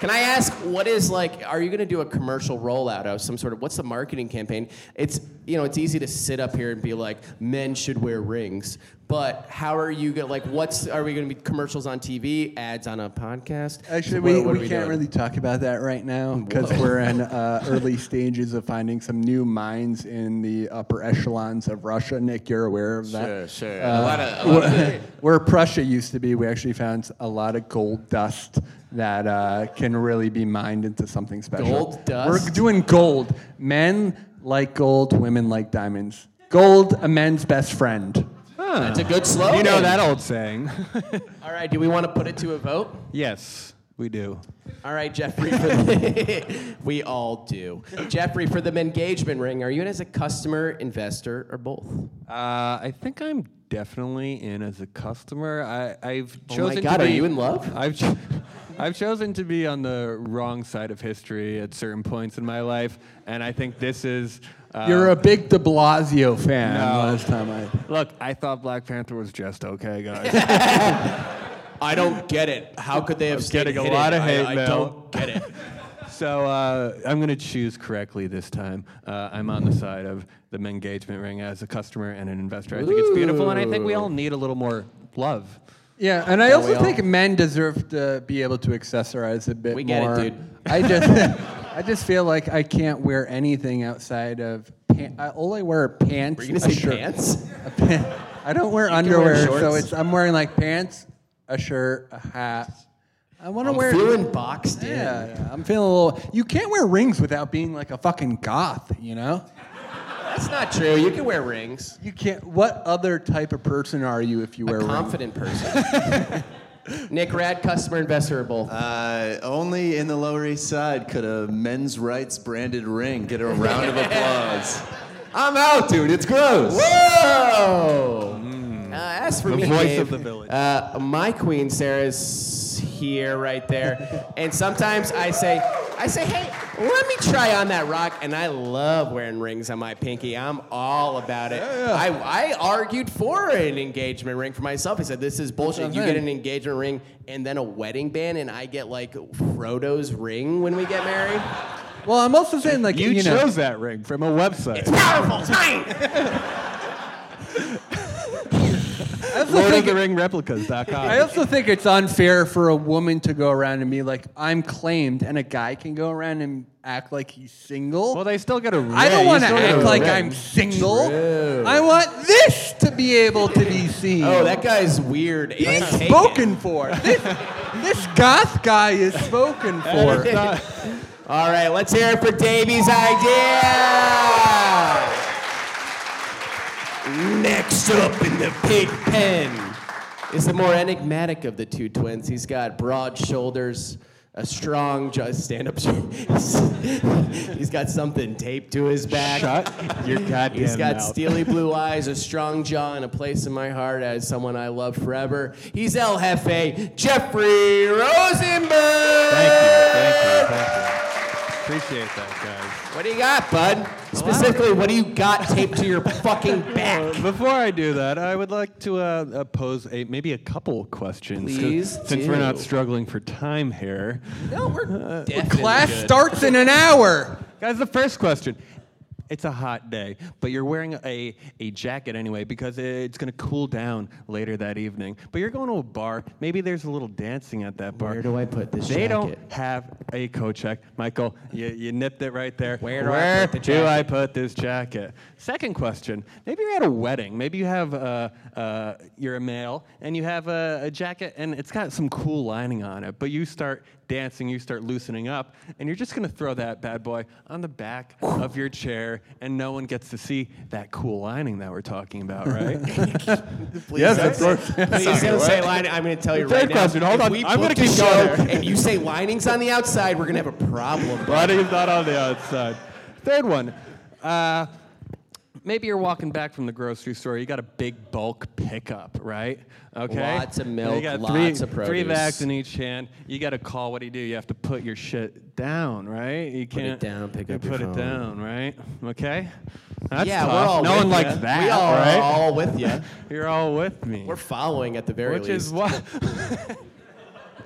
[SPEAKER 3] Can I ask what is like? Are you going to do a commercial rollout of some sort of? What's the marketing campaign? It's you know it's easy to sit up here and be like men should wear rings, but how are you going? to Like what's are we going to be commercials on TV, ads on a podcast?
[SPEAKER 5] Actually,
[SPEAKER 3] What-
[SPEAKER 5] we,
[SPEAKER 3] what are
[SPEAKER 5] we, can't
[SPEAKER 3] doing?
[SPEAKER 5] really talk about that right now because
[SPEAKER 3] Whoa.
[SPEAKER 5] we're in uh, early stages of finding some new mines in the upper echelons of Russia. Nick, you're aware of that.
[SPEAKER 6] sure, sure. a lot of, a lot of
[SPEAKER 5] where, where Prussia used to be, we actually found a lot of gold dust that uh, can really be mined into something special.
[SPEAKER 3] Gold dust?
[SPEAKER 5] We're doing gold. Men like gold, women like diamonds. Gold, a man's best friend.
[SPEAKER 3] That's a good slogan.
[SPEAKER 4] You know that old saying.
[SPEAKER 3] All right. Do we want to put it to a vote?
[SPEAKER 4] yes, we do.
[SPEAKER 3] All right, Jeffrey. For the, we all do. Jeffrey, for the engagement ring, are you in as a customer, investor, or both?
[SPEAKER 4] Uh, I think I'm definitely in as a customer. I, I've
[SPEAKER 3] Oh my
[SPEAKER 4] chosen.
[SPEAKER 3] God,
[SPEAKER 4] to
[SPEAKER 3] are
[SPEAKER 4] be,
[SPEAKER 3] you in love?
[SPEAKER 4] I've, cho- I've chosen to be on the wrong side of history at certain points in my life, and I think this is. Uh,
[SPEAKER 5] You're a big De Blasio fan.
[SPEAKER 4] No.
[SPEAKER 5] Last time I.
[SPEAKER 4] Look, I thought Black Panther was just okay, guys.
[SPEAKER 3] I don't get it. How could they have stayed
[SPEAKER 4] getting a
[SPEAKER 3] hidden?
[SPEAKER 4] lot of
[SPEAKER 3] I-
[SPEAKER 4] hate
[SPEAKER 3] I,
[SPEAKER 4] mail.
[SPEAKER 3] don't get it.
[SPEAKER 4] so uh, I'm going to choose correctly this time. Uh, I'm on the side of the engagement ring as a customer and an investor. I think it's beautiful, and I think we all need a little more love.
[SPEAKER 5] Yeah, and I
[SPEAKER 3] we
[SPEAKER 5] also
[SPEAKER 3] all-
[SPEAKER 5] think men deserve to be able to accessorize a bit
[SPEAKER 3] We get it,
[SPEAKER 5] more.
[SPEAKER 3] dude.
[SPEAKER 5] I just, I just feel like I can't wear anything outside of pants. I, all I wear are pants.
[SPEAKER 3] Were you gonna
[SPEAKER 5] a
[SPEAKER 3] say
[SPEAKER 5] shirt.
[SPEAKER 3] pants?
[SPEAKER 5] A pan- I don't wear
[SPEAKER 3] can wear
[SPEAKER 5] underwear, so
[SPEAKER 3] shorts.
[SPEAKER 5] it's I'm wearing like pants, a shirt, a hat. I want to
[SPEAKER 3] I'm
[SPEAKER 5] wear.
[SPEAKER 3] feeling boxed in.
[SPEAKER 5] yeah, yeah, I'm feeling a little. You can't wear rings without being like a fucking goth, you know.
[SPEAKER 3] That's not true. You can wear rings.
[SPEAKER 5] You can't. What other type of person are you if you wear
[SPEAKER 3] a
[SPEAKER 5] rings?
[SPEAKER 3] confident person. Nick Rad, customer, investor, or both?
[SPEAKER 6] Uh, only in the Lower East Side could a men's rights branded ring get a round of applause. I'm out, dude. It's gross.
[SPEAKER 3] Whoa! Uh, as for
[SPEAKER 4] The
[SPEAKER 3] me,
[SPEAKER 4] voice
[SPEAKER 3] Dave,
[SPEAKER 4] of the village.
[SPEAKER 3] Uh, my queen Sarah's here, right there, and sometimes I say, I say, hey, Let me try on that rock, and I love wearing rings on my pinky. I'm all about it. I, I argued for an engagement ring for myself. He said, This is bullshit. You get an engagement ring and then a wedding band, and I get like Frodo's ring when we get married.
[SPEAKER 5] Well, I'm also saying like
[SPEAKER 4] You,
[SPEAKER 5] you, know,
[SPEAKER 4] chose that ring from a website.
[SPEAKER 3] Powerful time!
[SPEAKER 5] I also
[SPEAKER 4] Lord of
[SPEAKER 5] think-
[SPEAKER 4] the Ring replicas.com.
[SPEAKER 5] I also think it's unfair for a woman to go around and be like, I'm claimed, and a guy can go around and act like he's single.
[SPEAKER 4] well, they still get a ring.
[SPEAKER 5] I don't
[SPEAKER 4] You
[SPEAKER 5] want to
[SPEAKER 4] still get
[SPEAKER 5] act
[SPEAKER 4] a
[SPEAKER 5] like
[SPEAKER 4] ring.
[SPEAKER 5] I'm single. I want this to be able to be seen.
[SPEAKER 3] Oh, that guy's weird. and
[SPEAKER 5] he's
[SPEAKER 3] taken.
[SPEAKER 5] spoken for. This, this goth guy is spoken for.
[SPEAKER 3] All right, let's hear it for Davey's idea. Next up in the pig pen is the more enigmatic of the two twins. He's got broad shoulders, a strong jaw, stand-up. jaw. He's got something taped to his back.
[SPEAKER 4] Shut your goddamn
[SPEAKER 3] He's got
[SPEAKER 4] mouth.
[SPEAKER 3] steely blue eyes, a strong jaw, and a place in my heart as someone I love forever. He's El Jefe, Jeffrey Rosenberg.
[SPEAKER 4] Thank you. Thank you. Thank you. Appreciate that,
[SPEAKER 3] What do you got, bud? Specifically, what do you got taped to your fucking back?
[SPEAKER 4] guys. Before I do that, I would like to uh, uh, pose a, maybe a couple questions. 'cause
[SPEAKER 3] Please
[SPEAKER 4] Since we're not
[SPEAKER 3] do.
[SPEAKER 4] struggling for time here.
[SPEAKER 5] No, we're class starts in an hour.
[SPEAKER 4] Guys, the first question. It's a hot day, but you're wearing a, a jacket anyway because it's going to cool down later that evening. But you're going to a bar. Maybe there's a little dancing at that bar.
[SPEAKER 3] Where do I put this jacket?
[SPEAKER 4] They don't have a coat check. Michael, you, you nipped it right there.
[SPEAKER 3] Where do I put the
[SPEAKER 4] do I
[SPEAKER 3] jacket?
[SPEAKER 4] put this jacket? Second question. Maybe you're at a wedding. Maybe you have uh, uh, you're a male and you have a, a jacket and it's got some cool lining on it. But you start dancing, you start loosening up, and you're just gonna throw that bad boy on the back of your chair, and no one gets to see that cool lining that we're talking about, right?
[SPEAKER 5] Yes, of course.
[SPEAKER 3] Please don't say lining. I'm going to tell you
[SPEAKER 4] Third
[SPEAKER 3] right now.
[SPEAKER 4] question, hold
[SPEAKER 3] if
[SPEAKER 4] on,
[SPEAKER 3] we
[SPEAKER 4] I'm
[SPEAKER 3] book
[SPEAKER 4] gonna
[SPEAKER 3] the
[SPEAKER 4] keep going
[SPEAKER 3] show
[SPEAKER 4] there.
[SPEAKER 3] And you say linings on the outside, we're going to have a problem. bud.
[SPEAKER 4] Body's not on the outside. Third one. Uh, maybe you're walking back from the grocery store. You got a big bulk pickup, right? Okay.
[SPEAKER 3] Lots of
[SPEAKER 4] You
[SPEAKER 3] milk,
[SPEAKER 4] got
[SPEAKER 3] lots
[SPEAKER 4] three,
[SPEAKER 3] of
[SPEAKER 4] Three
[SPEAKER 3] produce.
[SPEAKER 4] bags in each hand. You got to call. What do you do? You have to put your shit down, right? You
[SPEAKER 3] it
[SPEAKER 4] can't
[SPEAKER 3] down, pick
[SPEAKER 4] you
[SPEAKER 3] up your
[SPEAKER 4] put
[SPEAKER 3] phone.
[SPEAKER 4] it down, right? Okay. That's
[SPEAKER 3] yeah,
[SPEAKER 4] tough.
[SPEAKER 3] we're all
[SPEAKER 4] no
[SPEAKER 3] with
[SPEAKER 4] one
[SPEAKER 3] ya.
[SPEAKER 4] likes that,
[SPEAKER 3] We all are
[SPEAKER 4] right?
[SPEAKER 3] all with you.
[SPEAKER 4] You're all with me.
[SPEAKER 3] We're following at the very
[SPEAKER 4] Which
[SPEAKER 3] least.
[SPEAKER 4] is why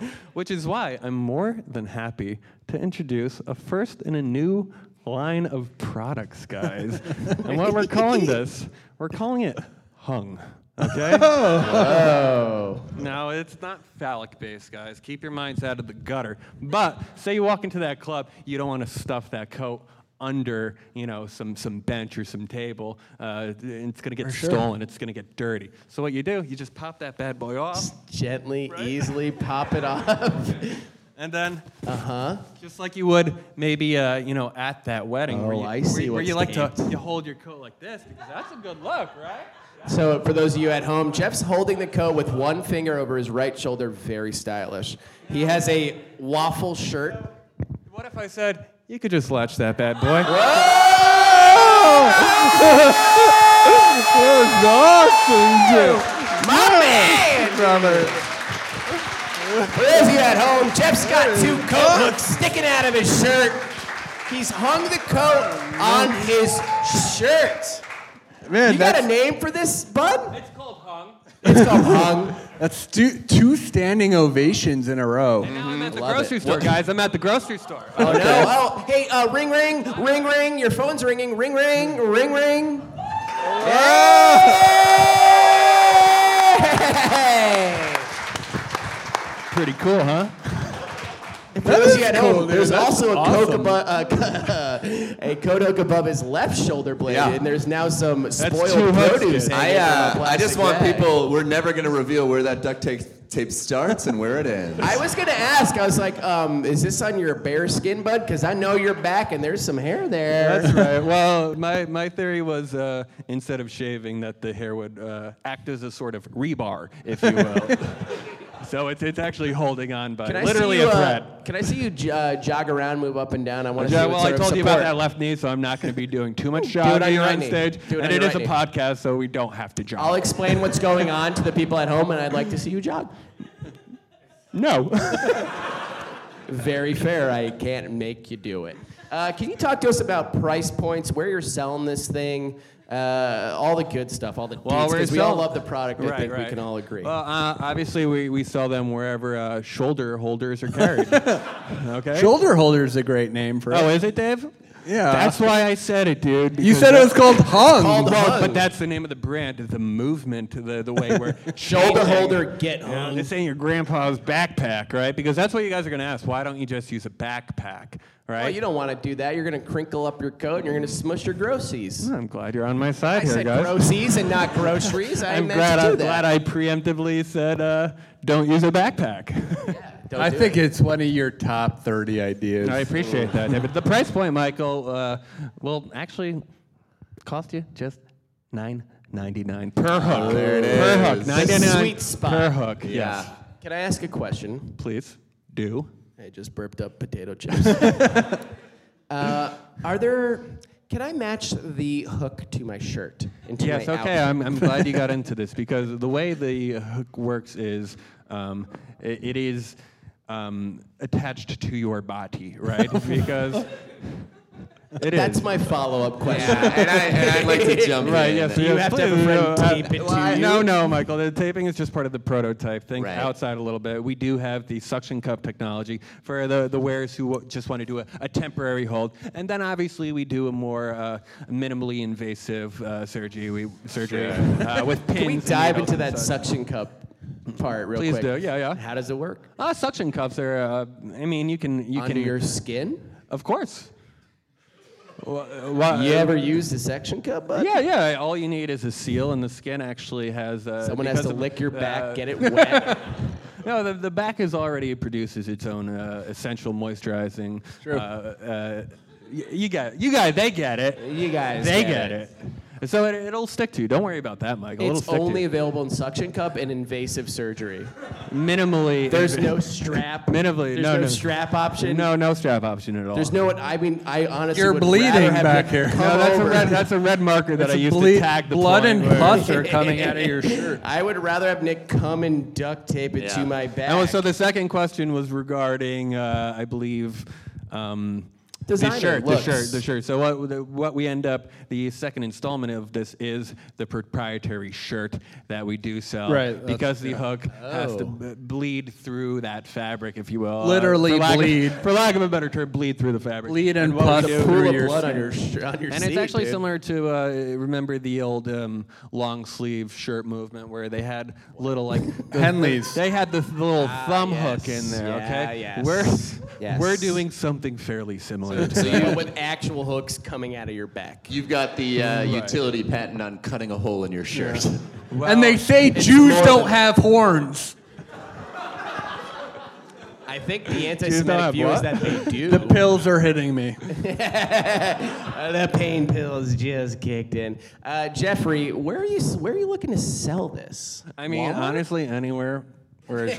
[SPEAKER 4] Which is why I'm more than happy to introduce a first in a new line of products, guys. and what we're calling this, we're calling it hung. Okay? No, it's not phallic based, guys. Keep your minds out of the gutter. But say you walk into that club, you don't want to stuff that coat under, you know, some some bench or some table. Uh, and it's gonna get stolen. It's gonna get dirty. So what you do? You just pop that bad boy off,
[SPEAKER 3] Gently, easily pop it off.
[SPEAKER 4] and then uh huh,
[SPEAKER 3] Uh-huh.
[SPEAKER 4] just like you would maybe uh, you know at that wedding. where
[SPEAKER 3] Oh,
[SPEAKER 4] you,
[SPEAKER 3] I see
[SPEAKER 4] Where, where
[SPEAKER 3] what's
[SPEAKER 4] you like to
[SPEAKER 3] taped.
[SPEAKER 4] you hold your coat like this because that's a good look, right?
[SPEAKER 3] So, for those of you at home, Jeff's holding the coat with one finger over his right shoulder, very stylish. He has a waffle shirt.
[SPEAKER 4] What if I said you could just latch that bad boy?
[SPEAKER 3] My man! For those of you at home, Jeff's got two coat hooks sticking out of his shirt. He's hung the coat on his shirt.
[SPEAKER 5] Man,
[SPEAKER 3] You got
[SPEAKER 5] that's,
[SPEAKER 3] a name for this, bud?
[SPEAKER 4] It's called hung.
[SPEAKER 3] It's called hung.
[SPEAKER 5] that's two, two standing ovations in a row.
[SPEAKER 4] Now I'm at the
[SPEAKER 3] Love it.
[SPEAKER 4] grocery store, guys. I'm at the grocery store.
[SPEAKER 3] Oh no! Oh, hey, uh, ring, ring, ring, ring. Your phone's ringing. Ring, ring, ring, ring. Hey!
[SPEAKER 4] Pretty cool, huh?
[SPEAKER 3] For those of you
[SPEAKER 5] is
[SPEAKER 3] at
[SPEAKER 5] cool,
[SPEAKER 3] home,
[SPEAKER 5] dude.
[SPEAKER 3] there's
[SPEAKER 5] That's
[SPEAKER 3] also a coke
[SPEAKER 5] awesome.
[SPEAKER 3] above uh, a coat hook above his left shoulder blade,
[SPEAKER 6] Yeah.
[SPEAKER 3] and there's now some
[SPEAKER 4] two
[SPEAKER 3] spoiled
[SPEAKER 4] hooks,
[SPEAKER 3] produce.
[SPEAKER 4] dude.
[SPEAKER 6] I,
[SPEAKER 3] hanging from
[SPEAKER 6] uh,
[SPEAKER 3] a
[SPEAKER 6] I just
[SPEAKER 3] plastic
[SPEAKER 6] want
[SPEAKER 3] bag.
[SPEAKER 6] people, we're never going to reveal where that duct tape, tape starts and where it ends.
[SPEAKER 3] I was gonna ask. I was like, um, "Is this on your bare skin, bud? Because I know your back, and there's some hair there."
[SPEAKER 4] That's right. Well, my, my theory was uh, instead of shaving, that the hair would uh, act as a sort of rebar, if you will. so it's, it's actually holding on by
[SPEAKER 3] Can I
[SPEAKER 4] literally
[SPEAKER 3] see you,
[SPEAKER 4] a thread.
[SPEAKER 3] Uh, can I see you j- uh, jog around, move up and down? I want to
[SPEAKER 4] Yeah,
[SPEAKER 3] see what
[SPEAKER 4] well, I
[SPEAKER 3] sort
[SPEAKER 4] told
[SPEAKER 3] of
[SPEAKER 4] you about
[SPEAKER 3] support.
[SPEAKER 4] that left knee, so I'm not going to be doing too much
[SPEAKER 3] it on
[SPEAKER 4] jogging
[SPEAKER 3] your
[SPEAKER 4] on,
[SPEAKER 3] right knee.
[SPEAKER 4] stage.
[SPEAKER 3] Do it
[SPEAKER 4] and
[SPEAKER 3] on
[SPEAKER 4] it
[SPEAKER 3] your
[SPEAKER 4] is
[SPEAKER 3] right
[SPEAKER 4] a
[SPEAKER 3] knee.
[SPEAKER 4] podcast, so we don't have to jog.
[SPEAKER 3] I'll explain what's going on to the people at home, and I'd like to see you jog.
[SPEAKER 4] no.
[SPEAKER 3] Very fair. I can't make you do it. Uh, can you talk to us about price points, where you're selling this thing, uh, all the good stuff, all the deets, because we all
[SPEAKER 4] selling-
[SPEAKER 3] love the product. I
[SPEAKER 4] Right,
[SPEAKER 3] think we
[SPEAKER 4] right.
[SPEAKER 3] can all agree.
[SPEAKER 4] Well, uh, obviously, we, we sell them wherever uh, shoulder holders are carried. okay.
[SPEAKER 5] Shoulder holder is a great name for it.
[SPEAKER 4] Oh, is it, Dave?
[SPEAKER 5] Yeah.
[SPEAKER 4] That's why I said it, dude.
[SPEAKER 5] you
[SPEAKER 4] because
[SPEAKER 5] said it
[SPEAKER 4] that-
[SPEAKER 5] was called hung.
[SPEAKER 4] Well, but that's the name of the brand, the movement, the, the way we're
[SPEAKER 3] Shoulder
[SPEAKER 4] changing.
[SPEAKER 3] holder, get
[SPEAKER 4] You know,
[SPEAKER 3] hung.
[SPEAKER 4] this ain't your grandpa's backpack, right? Because that's what you guys are gonna ask. Why don't you just use a backpack, right?
[SPEAKER 3] Well, Oh, you don't want to do that. You're going to crinkle up your coat and you're going to smush your groceries.
[SPEAKER 4] I'm glad you're on my side
[SPEAKER 3] I
[SPEAKER 4] here,
[SPEAKER 3] said
[SPEAKER 4] Hmm, guys.
[SPEAKER 3] groceries and not groceries. I
[SPEAKER 4] I'm
[SPEAKER 3] meant
[SPEAKER 4] glad
[SPEAKER 3] to
[SPEAKER 4] I,
[SPEAKER 3] do
[SPEAKER 4] glad
[SPEAKER 3] that.
[SPEAKER 4] I preemptively said uh, don't use a backpack.
[SPEAKER 3] Don't
[SPEAKER 5] I
[SPEAKER 3] do
[SPEAKER 5] think
[SPEAKER 3] it.
[SPEAKER 5] it's one of your top 30 ideas.
[SPEAKER 4] I appreciate that. David. the price point, Michael, uh, will actually cost you just nine ninety nine per hook.
[SPEAKER 6] there it
[SPEAKER 4] per hook.
[SPEAKER 6] is.
[SPEAKER 4] Nine ninety nine
[SPEAKER 3] Sweet spot.
[SPEAKER 4] per hook. Yes.
[SPEAKER 6] Yeah.
[SPEAKER 3] Can I ask a question?
[SPEAKER 4] Please do.
[SPEAKER 3] I just burped up potato chips. uh, are there? Can I match the hook to my shirt? Into
[SPEAKER 4] Yes,
[SPEAKER 3] my
[SPEAKER 4] okay.
[SPEAKER 3] outfit?
[SPEAKER 4] I'm, I'm glad you got into this because the way the hook works is um, it, it is um, attached to your body, right? Because it is.
[SPEAKER 3] That's my follow-up question.
[SPEAKER 6] and, I, and I'd like to jump
[SPEAKER 4] Right,
[SPEAKER 6] in.
[SPEAKER 4] yes.
[SPEAKER 3] You have to have a friend tape it to you.
[SPEAKER 4] uh, No, no, Michael. The taping is just part of the prototype. Think
[SPEAKER 6] Right.
[SPEAKER 4] outside a little bit. We do have the suction cup technology for the, the wearers who w- just want to do a, a temporary hold. And then obviously we do a more uh, minimally invasive uh, surgery, we, surgery uh, with pins.
[SPEAKER 3] Can we
[SPEAKER 4] and
[SPEAKER 3] dive
[SPEAKER 4] needles
[SPEAKER 3] into
[SPEAKER 4] and
[SPEAKER 3] that
[SPEAKER 4] such.
[SPEAKER 3] suction cup part real
[SPEAKER 4] Please
[SPEAKER 3] quick?
[SPEAKER 4] do, yeah, yeah.
[SPEAKER 3] How does it work?
[SPEAKER 4] Uh, suction cups are. Uh, I mean, you can you
[SPEAKER 3] Under
[SPEAKER 4] can.
[SPEAKER 3] your skin?
[SPEAKER 4] of course. Wha- wha-
[SPEAKER 3] You ever used a suction cup, bud?
[SPEAKER 4] Uh, Yeah, yeah. All you need is a seal, and the skin actually has. Uh,
[SPEAKER 3] Someone has
[SPEAKER 4] because
[SPEAKER 3] to
[SPEAKER 4] of-
[SPEAKER 3] lick your back,
[SPEAKER 4] uh,
[SPEAKER 3] get it wet.
[SPEAKER 4] No, the, the back is already produces its own uh, essential moisturizing. True. Uh, uh, y- you got, you got, they get it.
[SPEAKER 3] You guys
[SPEAKER 4] they
[SPEAKER 3] get
[SPEAKER 4] get it. So it, it'll stick to you. Don't worry about that, Michael.
[SPEAKER 3] it's
[SPEAKER 4] it'll stick
[SPEAKER 3] only
[SPEAKER 4] to
[SPEAKER 3] available in suction cup and invasive surgery.
[SPEAKER 4] you. minimally.
[SPEAKER 3] There's no strap.
[SPEAKER 4] Minimally,
[SPEAKER 3] There's
[SPEAKER 4] no,
[SPEAKER 3] no,
[SPEAKER 4] no.
[SPEAKER 3] strap option.
[SPEAKER 4] no no strap option at all.
[SPEAKER 3] There's no. I mean, I honestly.
[SPEAKER 5] You're
[SPEAKER 3] would
[SPEAKER 5] bleeding
[SPEAKER 3] rather have
[SPEAKER 5] back
[SPEAKER 3] you
[SPEAKER 5] here.
[SPEAKER 3] come
[SPEAKER 4] No, that's a
[SPEAKER 3] over.
[SPEAKER 4] red. That's a red marker that I used
[SPEAKER 5] Ble-
[SPEAKER 4] to tag the
[SPEAKER 5] blood
[SPEAKER 4] point
[SPEAKER 5] and
[SPEAKER 4] where-
[SPEAKER 5] pus are coming out of your shirt.
[SPEAKER 3] I would rather have Nick come and duct tape it to
[SPEAKER 6] Yeah.
[SPEAKER 3] my back.
[SPEAKER 4] Oh, so the second question was regarding, uh, I believe, um,
[SPEAKER 3] Designer
[SPEAKER 4] the shirt,
[SPEAKER 3] looks.
[SPEAKER 4] the shirt, the shirt. So what the, what we end up the second installment of this is the proprietary shirt that we do sell,
[SPEAKER 5] Right, that's- Oh.
[SPEAKER 4] Because the hook has to b- bleed through that fabric, if you will,
[SPEAKER 5] Literally
[SPEAKER 4] for lack of-
[SPEAKER 5] bleed.
[SPEAKER 4] for lack of a better term, bleed through the fabric.
[SPEAKER 5] Bleed and
[SPEAKER 4] what we
[SPEAKER 5] pus
[SPEAKER 4] do-
[SPEAKER 3] a pool
[SPEAKER 5] through
[SPEAKER 3] of
[SPEAKER 5] your
[SPEAKER 3] blood on
[SPEAKER 5] skin.
[SPEAKER 3] your sh- on your
[SPEAKER 4] and
[SPEAKER 3] seat,
[SPEAKER 4] it's actually
[SPEAKER 3] dude.
[SPEAKER 4] similar to uh, remember the old um, long sleeve shirt movement where they had little like the-
[SPEAKER 5] Henleys.
[SPEAKER 4] They had the little thumb
[SPEAKER 3] Ah, yes.
[SPEAKER 4] hook in there.
[SPEAKER 3] Yeah,
[SPEAKER 4] okay,
[SPEAKER 3] yes.
[SPEAKER 4] we're
[SPEAKER 3] Yes.
[SPEAKER 4] we're doing something fairly similar. to
[SPEAKER 3] So
[SPEAKER 4] that.
[SPEAKER 3] you with actual hooks coming out of your back.
[SPEAKER 6] You've got the uh, utility patent on cutting a hole in your shirt.
[SPEAKER 5] and they say
[SPEAKER 3] it's
[SPEAKER 5] Jews
[SPEAKER 3] more
[SPEAKER 5] don't
[SPEAKER 3] than-
[SPEAKER 5] have horns.
[SPEAKER 3] I think the
[SPEAKER 4] have
[SPEAKER 3] anti-Semitic view is
[SPEAKER 4] what?
[SPEAKER 3] that they do.
[SPEAKER 5] The pills are hitting me.
[SPEAKER 3] Uh, the pain pills just kicked in. Uh, Jeffrey, where are you? s- Where are you looking to sell this?
[SPEAKER 4] I mean,
[SPEAKER 3] Walmart?
[SPEAKER 4] honestly, anywhere where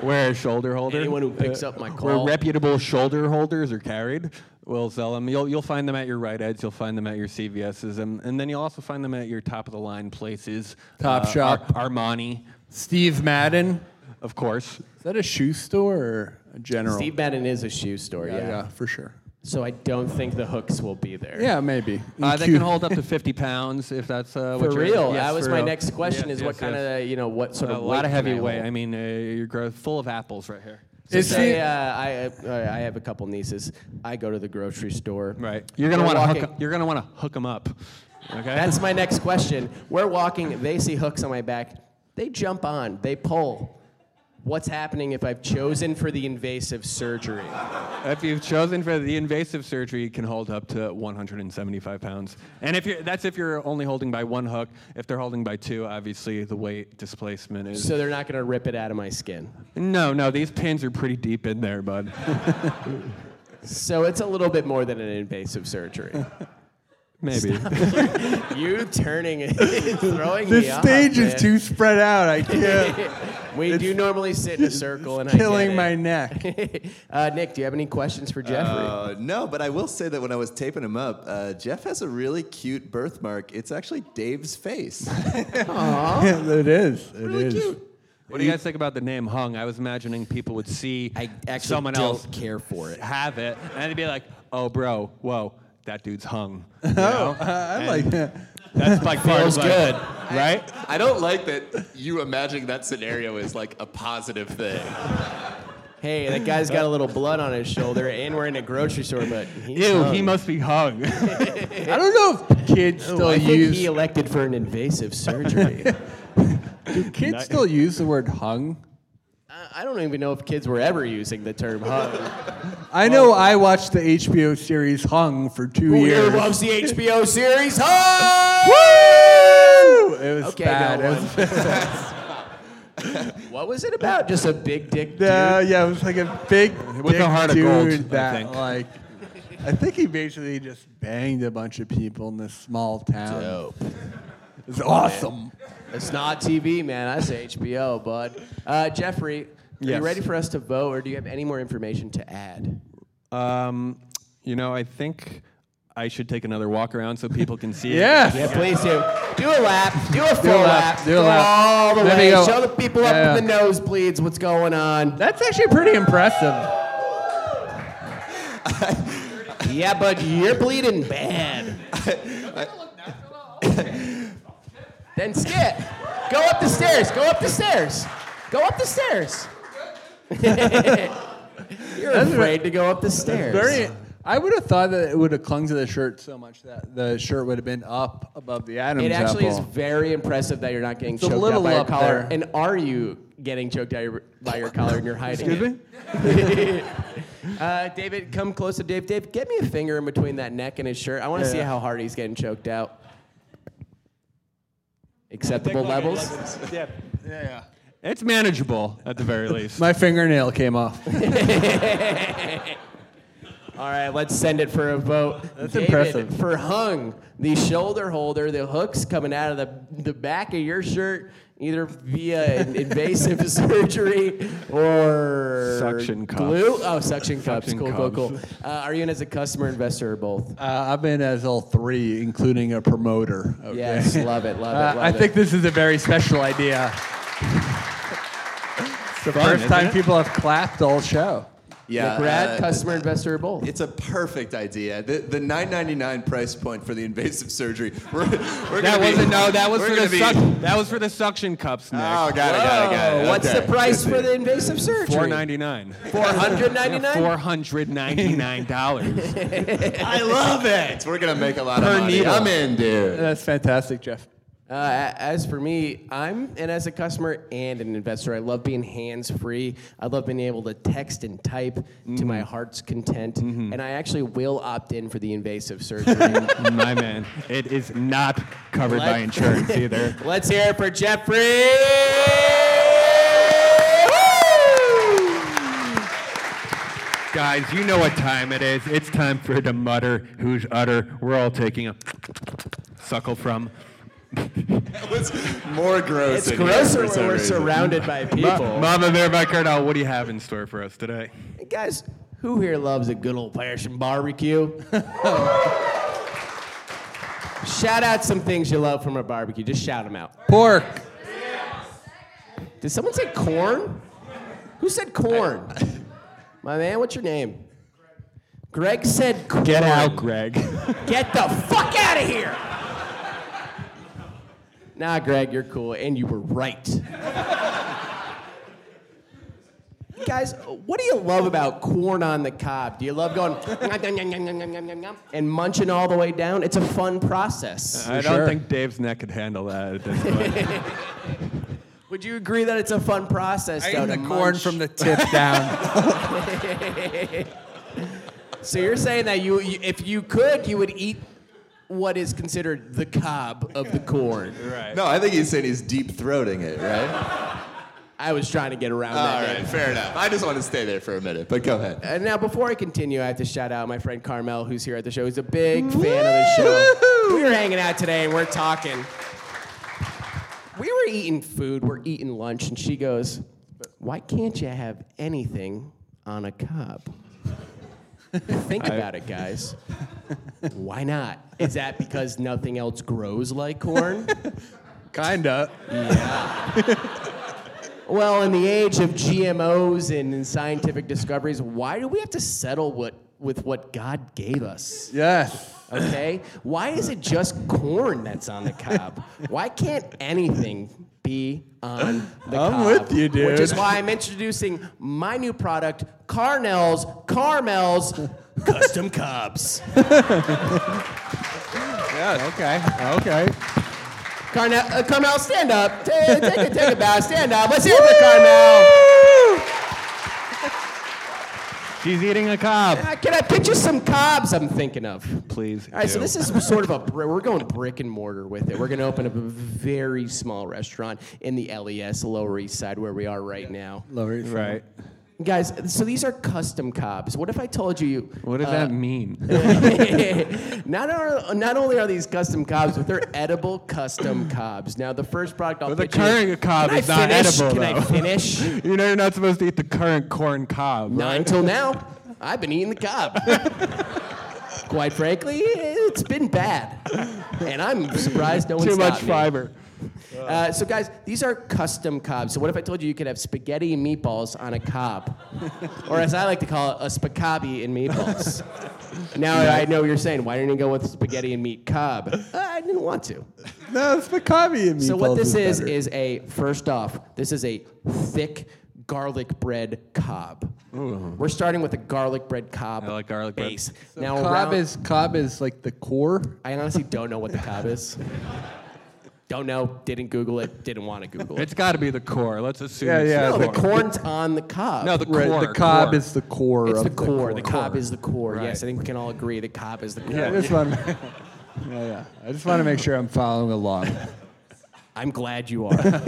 [SPEAKER 4] where a shoulder holder,
[SPEAKER 3] Anyone who picks up my call.
[SPEAKER 4] where reputable shoulder holders are carried, will sell them. You'll you'll find them at your Rite Aids, you'll find them at your CVS's, and, and then you'll also find them at your top of the line places, Uh,
[SPEAKER 5] Topshop.
[SPEAKER 4] Ar- Armani,
[SPEAKER 5] Steve Madden.
[SPEAKER 4] of course.
[SPEAKER 5] Is that a shoe store or a general?
[SPEAKER 3] Steve Madden is a shoe store, yeah.
[SPEAKER 5] yeah, yeah, for sure.
[SPEAKER 3] So I don't think the hooks will be there.
[SPEAKER 5] Yeah, maybe.
[SPEAKER 4] Uh, they
[SPEAKER 5] Cute.
[SPEAKER 4] can hold up to 50 pounds if that's uh,
[SPEAKER 3] For
[SPEAKER 4] what you're-
[SPEAKER 3] real,
[SPEAKER 4] yes,
[SPEAKER 3] that was
[SPEAKER 4] for
[SPEAKER 3] my
[SPEAKER 4] real.
[SPEAKER 3] next question:
[SPEAKER 4] Yes,
[SPEAKER 3] is what
[SPEAKER 4] yes,
[SPEAKER 3] kind
[SPEAKER 4] yes.
[SPEAKER 3] of you know what sort
[SPEAKER 4] a
[SPEAKER 3] of
[SPEAKER 4] lot of
[SPEAKER 3] weight can
[SPEAKER 4] heavy weight.
[SPEAKER 3] hold?
[SPEAKER 4] I mean, uh, you're grow- full of apples right here.
[SPEAKER 3] So
[SPEAKER 5] Is
[SPEAKER 3] say,
[SPEAKER 5] he-
[SPEAKER 3] uh, I uh, I have a couple nieces. I go to the grocery store.
[SPEAKER 4] Right. You're gonna
[SPEAKER 3] We're
[SPEAKER 4] want to hook.
[SPEAKER 3] walking-
[SPEAKER 4] You're gonna want to hook them up. Okay.
[SPEAKER 3] That's my next question. We're walking. They see hooks on my back. They jump on. They pull. What's happening if I've chosen for the invasive surgery?
[SPEAKER 4] If you've chosen for the invasive surgery, it can hold up to 175 pounds. And if you're, that's if you're only holding by one hook. If they're holding by two, obviously the weight displacement is.
[SPEAKER 3] So they're not going to rip it out of my skin.
[SPEAKER 4] no, no, these pins are pretty deep in there, bud.
[SPEAKER 3] So it's a little bit more than an invasive surgery.
[SPEAKER 4] Maybe.
[SPEAKER 3] you turning it, throwing me
[SPEAKER 5] This
[SPEAKER 3] off,
[SPEAKER 5] stage is
[SPEAKER 3] man.
[SPEAKER 5] too spread out. I can't.
[SPEAKER 3] We do normally sit in a circle and I
[SPEAKER 5] killing
[SPEAKER 3] get
[SPEAKER 5] my
[SPEAKER 3] it.
[SPEAKER 5] neck.
[SPEAKER 3] uh, Nick, do you have any questions for Jeffrey?
[SPEAKER 6] Uh, no, but I will say that when I was taping him up, uh, Jeff has a really cute birthmark. It's actually Dave's face.
[SPEAKER 5] it is. It is.
[SPEAKER 6] really cute.
[SPEAKER 4] What do you guys think about the name Hung? I was imagining people would see
[SPEAKER 3] I actually
[SPEAKER 4] someone
[SPEAKER 3] don't
[SPEAKER 4] else
[SPEAKER 3] care for it.
[SPEAKER 4] have it, and they'd be like, "Oh, bro, whoa, that dude's hung."
[SPEAKER 5] Oh, I like that.
[SPEAKER 4] That's like feels good, right?
[SPEAKER 8] I don't like that you imagining that scenario is like a positive thing.
[SPEAKER 3] Hey, that guy's got a little blood on his shoulder, and we're in a grocery store, but he's
[SPEAKER 4] Ew,
[SPEAKER 3] hung.
[SPEAKER 4] he must be hung.
[SPEAKER 5] I don't know if kids still
[SPEAKER 3] I think
[SPEAKER 5] use
[SPEAKER 3] he elected for an invasive surgery.
[SPEAKER 5] kids still use the word hung.
[SPEAKER 3] I- I don't even know if kids were ever using the term hung.
[SPEAKER 5] I know I watched the HBO series Hung for two years.
[SPEAKER 3] the HBO series Hung.
[SPEAKER 5] Woo! It was
[SPEAKER 3] Okay,
[SPEAKER 5] bad.
[SPEAKER 3] no
[SPEAKER 5] It was-
[SPEAKER 3] What was it about? Just a big dick dude.
[SPEAKER 5] Yeah, yeah, it was like a big
[SPEAKER 4] With a
[SPEAKER 5] dick
[SPEAKER 4] heart of
[SPEAKER 5] dude
[SPEAKER 4] gold, I
[SPEAKER 5] that
[SPEAKER 4] think.
[SPEAKER 5] like. I think he basically just banged a bunch of people in this small town.
[SPEAKER 3] Dope.
[SPEAKER 5] It's awesome.
[SPEAKER 3] It's not TV, man. I say HBO, bud. Uh, Jeffrey, are
[SPEAKER 4] Yes.
[SPEAKER 3] you ready for us to vote, or do you have any more information to add?
[SPEAKER 4] Um, you know, I think I should take another walk around so people can see.
[SPEAKER 5] Yes.
[SPEAKER 3] Yeah, please do. Do a lap. Do a full
[SPEAKER 5] lap,
[SPEAKER 3] lap.
[SPEAKER 5] do a lap.
[SPEAKER 3] All the
[SPEAKER 5] There
[SPEAKER 3] way.
[SPEAKER 5] we go.
[SPEAKER 3] Show the people up
[SPEAKER 5] Yeah.
[SPEAKER 3] in the nosebleeds what's going on.
[SPEAKER 5] That's actually pretty impressive.
[SPEAKER 3] Yeah, bud, you're bleeding bad. then skip. Go up the stairs. Go up the stairs. Go up the stairs. you're afraid to go up the stairs.
[SPEAKER 5] Very. I would have thought that it would have clung to the shirt so much that the shirt would have been up above the Adam's
[SPEAKER 3] It actually is
[SPEAKER 5] apple.
[SPEAKER 3] very impressive that you're not getting
[SPEAKER 5] a
[SPEAKER 3] choked
[SPEAKER 5] little
[SPEAKER 3] out by your
[SPEAKER 5] up
[SPEAKER 3] collar.
[SPEAKER 5] there.
[SPEAKER 3] And are you getting choked out your, by your collar and you're hiding
[SPEAKER 5] Excuse me?
[SPEAKER 3] it? uh, David, come close to Dave. Dave, get me a finger in between that neck and his shirt. I want to see how hard he's getting choked out. Acceptable levels.
[SPEAKER 4] It's manageable at the very least.
[SPEAKER 5] My fingernail came off.
[SPEAKER 3] All right, let's send it for a vote. That's
[SPEAKER 5] impressive.
[SPEAKER 3] For hung, the shoulder holder, the hooks coming out of the, the back of your shirt, either via an invasive surgery or
[SPEAKER 4] Suction cuffs.
[SPEAKER 3] glue. Oh, suction cups.
[SPEAKER 4] Suction
[SPEAKER 3] cool,
[SPEAKER 4] cuffs.
[SPEAKER 3] cool, cool. Uh, are you in as a customer, investor, or both?
[SPEAKER 5] Uh, I've been as all three, including a promoter. Okay?
[SPEAKER 3] Yes, love it, love it,
[SPEAKER 5] Uh, I
[SPEAKER 3] love
[SPEAKER 5] think
[SPEAKER 3] it.
[SPEAKER 5] this is a very special idea. it's the first
[SPEAKER 6] isn't
[SPEAKER 5] time
[SPEAKER 6] it?
[SPEAKER 5] people have clapped all show.
[SPEAKER 6] Yeah.
[SPEAKER 3] Brad,
[SPEAKER 6] uh,
[SPEAKER 3] customer, investor, or both?
[SPEAKER 6] It's a perfect idea. The the 9.99 price point for the invasive surgery. We're, we're
[SPEAKER 4] that
[SPEAKER 6] gonna be-
[SPEAKER 4] wasn't no. That was
[SPEAKER 6] we're
[SPEAKER 4] for the
[SPEAKER 6] gonna be-
[SPEAKER 4] suc- that was for the suction cups, Nick.
[SPEAKER 6] Oh, got it, got it, got it.
[SPEAKER 3] Oh, What's
[SPEAKER 6] Okay.
[SPEAKER 3] the price
[SPEAKER 6] Good
[SPEAKER 3] for
[SPEAKER 6] deal.
[SPEAKER 3] the invasive surgery?
[SPEAKER 4] Four ninety nine. Four
[SPEAKER 3] 499
[SPEAKER 4] hundred ninety nine dollars.
[SPEAKER 6] I love it. We're gonna make a lot
[SPEAKER 4] Per
[SPEAKER 6] of money.
[SPEAKER 4] needle.
[SPEAKER 6] I'm in, dude.
[SPEAKER 5] That's fantastic, Jeff.
[SPEAKER 3] Uh, a- as for me, I'm and as a customer and an investor, I love being hands free. I love being able to text and type to my heart's content, and I actually will opt in for the invasive surgery.
[SPEAKER 4] My man, it is not covered by insurance either.
[SPEAKER 3] Let's hear it for Jeffrey.
[SPEAKER 4] Guys, you know what time it is. It's time for the mutter who's utter. We're all taking a suckle from.
[SPEAKER 6] That was more gross.
[SPEAKER 3] It's
[SPEAKER 6] in here
[SPEAKER 3] grosser
[SPEAKER 6] for
[SPEAKER 3] when
[SPEAKER 6] some
[SPEAKER 3] we're
[SPEAKER 6] reason.
[SPEAKER 3] surrounded by people.
[SPEAKER 4] Mama Bear by Cardell, what do you have in store for us today?
[SPEAKER 3] Guys, who here loves a good old fashioned barbecue? shout out some things you love from a barbecue. Just shout them out.
[SPEAKER 5] Pork.
[SPEAKER 3] Did someone say corn? Who said corn? My man, what's your name? Greg said corn. Get
[SPEAKER 4] Greg.
[SPEAKER 3] Get the fuck out of here! Nah, Greg, you're cool, and you were right. Guys, what do you love about corn on the cob? Do you love going and munching all the way down? It's a fun process.
[SPEAKER 4] I don't
[SPEAKER 5] Sure.
[SPEAKER 4] think Dave's neck could handle that at this point.
[SPEAKER 3] Would you agree that it's a fun process?
[SPEAKER 5] I
[SPEAKER 3] though,
[SPEAKER 5] ate the
[SPEAKER 3] to
[SPEAKER 5] corn
[SPEAKER 3] munch?
[SPEAKER 5] from the tip down.
[SPEAKER 3] So you're saying that you, you, if you could, you would eat what is considered the cob of the corn.
[SPEAKER 6] No, I think he's saying he's deep throating it, right?
[SPEAKER 3] I was trying to get around
[SPEAKER 6] All
[SPEAKER 3] that.
[SPEAKER 6] right, fair enough. I just want to stay there for a minute, but go ahead.
[SPEAKER 3] And Uh, now, before I continue, I have to shout out my friend Carmel, who's here at the show. He's a big fan of the show. We were hanging out today and we're talking. We were eating food, we're eating lunch, and she goes, Why can't you have anything on a cob? Think about it, guys. Why not? Is that because nothing else grows like corn?
[SPEAKER 5] Kinda.
[SPEAKER 3] Well, in the age of GMOs and, and scientific discoveries, why do we have to settle what, with what God gave us?
[SPEAKER 5] Yes.
[SPEAKER 3] Okay? Why is it just corn that's on the cob? Why can't anything be on the
[SPEAKER 5] I'm
[SPEAKER 3] cob?
[SPEAKER 5] with you, dude.
[SPEAKER 3] Which is why I'm introducing my new product, Carnell's Carmel's Custom Cobs.
[SPEAKER 5] Yeah. Okay. Okay.
[SPEAKER 3] Carnell, uh, Carmel, stand up. Take, take, a, take a bow. Stand up. Let's hear it for Carmel.
[SPEAKER 4] She's eating a cob.
[SPEAKER 3] Uh, can I picture some cobs I'm thinking of?
[SPEAKER 4] Please.
[SPEAKER 3] All right, so
[SPEAKER 4] do.
[SPEAKER 3] this is sort of a br- we're going brick and mortar with it. We're going to open up a very small restaurant in the LES Lower East Side where we are right now,
[SPEAKER 5] Lower East Side.
[SPEAKER 4] right.
[SPEAKER 3] guys. So these are custom cobs. What if I told you? uh,
[SPEAKER 4] What does
[SPEAKER 5] Uh,
[SPEAKER 4] that mean?
[SPEAKER 3] not, are, not only are these custom cobs, but they're edible custom cobs. Now the first product I'll
[SPEAKER 4] But the
[SPEAKER 3] pitch you-
[SPEAKER 4] current cob
[SPEAKER 3] Can I
[SPEAKER 4] is not
[SPEAKER 3] finish?
[SPEAKER 4] edible,
[SPEAKER 3] Can I
[SPEAKER 4] though.
[SPEAKER 3] finish?
[SPEAKER 4] you know you're not supposed to eat the current corn cob.
[SPEAKER 3] Not until now. I've been eating the cob. Quite frankly, it's been bad. And I'm surprised no one
[SPEAKER 4] Too much
[SPEAKER 3] stopped me.
[SPEAKER 4] fiber.
[SPEAKER 3] Uh, so, guys, these are custom cobs. So, what if I told you you could have spaghetti and meatballs on a cob? or, as I like to call it, a spacabi and meatballs. now I know what you're saying. Why didn't you go with spaghetti and meat cob? Uh, I didn't want to.
[SPEAKER 5] No, it's Maccabi and
[SPEAKER 3] So what
[SPEAKER 5] meatballs
[SPEAKER 3] this is
[SPEAKER 5] better.
[SPEAKER 3] is a first off, this is a thick garlic bread cob. We're starting with a garlic bread cob.
[SPEAKER 4] I like garlic bread.
[SPEAKER 3] base.
[SPEAKER 5] Mm. So
[SPEAKER 3] now
[SPEAKER 5] cob
[SPEAKER 3] around-
[SPEAKER 5] is cob is like the core.
[SPEAKER 3] I honestly don't know what the cob is. don't know. Didn't Google it. Didn't want to Google it.
[SPEAKER 4] It's got to be the core. Let's assume.
[SPEAKER 5] Yeah,
[SPEAKER 4] it's
[SPEAKER 5] yeah.
[SPEAKER 3] no,
[SPEAKER 4] The
[SPEAKER 3] the
[SPEAKER 4] core.
[SPEAKER 3] corn's on the cob.
[SPEAKER 4] No, the
[SPEAKER 5] Right,
[SPEAKER 4] core.
[SPEAKER 5] the cob
[SPEAKER 4] core.
[SPEAKER 5] is the core.
[SPEAKER 3] it's
[SPEAKER 5] of
[SPEAKER 3] the core. The, cob
[SPEAKER 5] Core.
[SPEAKER 3] is the core. Yes,
[SPEAKER 4] Right.
[SPEAKER 3] I think we can all agree the cob is the core.
[SPEAKER 5] I just want. yeah, yeah. I just want to make sure I'm following along.
[SPEAKER 3] I'm glad you are,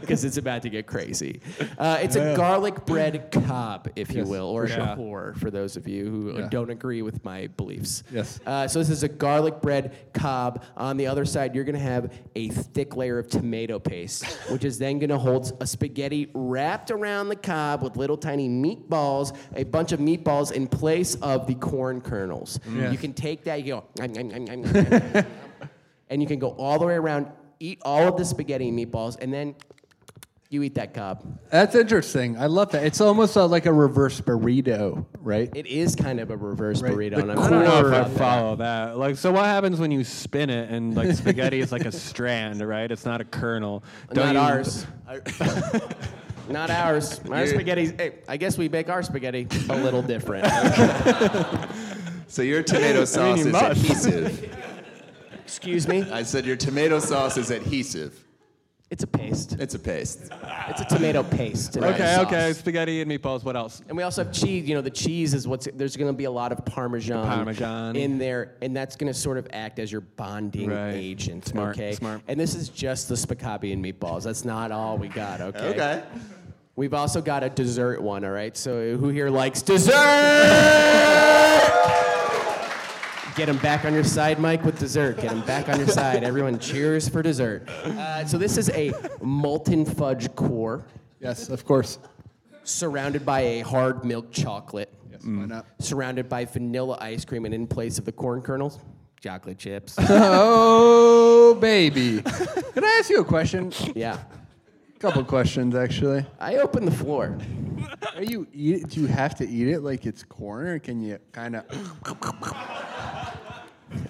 [SPEAKER 3] because it's about to get crazy. Uh, it's a garlic bread cob, if you
[SPEAKER 5] Yes,
[SPEAKER 3] will, or
[SPEAKER 5] for
[SPEAKER 3] a
[SPEAKER 5] sure.
[SPEAKER 3] pour for those of you who
[SPEAKER 5] Yeah.
[SPEAKER 3] don't agree with my beliefs.
[SPEAKER 5] Yes.
[SPEAKER 3] Uh, so this is a garlic bread cob. On the other side, you're gonna have a thick layer of tomato paste, which is then gonna hold a spaghetti wrapped around the cob with little tiny meatballs, a bunch of meatballs in place of the corn kernels.
[SPEAKER 5] Mm.
[SPEAKER 3] You can take that, you go. "Nom, nom, nom, nom, nom, nom." and you can go all the way around, eat all of the spaghetti and meatballs, and then you eat that cob.
[SPEAKER 5] That's interesting. I love that. It's almost uh like a reverse burrito, right?
[SPEAKER 3] It is kind of a reverse
[SPEAKER 5] Right,
[SPEAKER 3] burrito,
[SPEAKER 5] the
[SPEAKER 3] and I'm
[SPEAKER 4] I don't know if
[SPEAKER 3] sure
[SPEAKER 4] I
[SPEAKER 3] about that.
[SPEAKER 4] follow that. Like, so what happens when you spin it and like spaghetti is like a strand, right? It's not a kernel.
[SPEAKER 3] Not
[SPEAKER 4] you-
[SPEAKER 3] ours. Not ours. Our spaghetti's. Hey, I guess we bake our spaghetti a little different.
[SPEAKER 6] So your tomato sauce
[SPEAKER 4] you
[SPEAKER 6] is
[SPEAKER 4] must.
[SPEAKER 6] adhesive.
[SPEAKER 3] Excuse me.
[SPEAKER 6] I said your tomato sauce is adhesive.
[SPEAKER 3] It's a paste.
[SPEAKER 6] It's a paste.
[SPEAKER 3] It's a tomato paste. and
[SPEAKER 4] Okay,
[SPEAKER 3] sauce.
[SPEAKER 4] okay. Spaghetti and meatballs. What else?
[SPEAKER 3] And we also have cheese. You know, the cheese is what's there's going to be a lot of parmesan,
[SPEAKER 4] Parmesan.
[SPEAKER 3] in there, and that's going to sort of act as your bonding
[SPEAKER 4] Right.
[SPEAKER 3] agent.
[SPEAKER 4] Smart,
[SPEAKER 3] okay.
[SPEAKER 4] smart.
[SPEAKER 3] And this is just the spaghetti and meatballs. That's not all we got. Okay.
[SPEAKER 6] Okay.
[SPEAKER 3] We've also got a dessert one. All right. So who here likes dessert? Get them back on your side, Mike, with dessert. Get them back on your side. Everyone cheers for dessert. Uh, so this is a molten fudge core
[SPEAKER 5] Yes, of course.
[SPEAKER 3] surrounded by a hard milk chocolate,
[SPEAKER 5] Yes, Why not?
[SPEAKER 3] surrounded by vanilla ice cream, and in place of the corn kernels, chocolate chips.
[SPEAKER 5] Oh baby. Can I ask you a question?
[SPEAKER 3] yeah.
[SPEAKER 5] A couple questions actually.
[SPEAKER 3] I open the floor.
[SPEAKER 5] Are you eat? Do you have to eat it like it's corn, or can you kind of?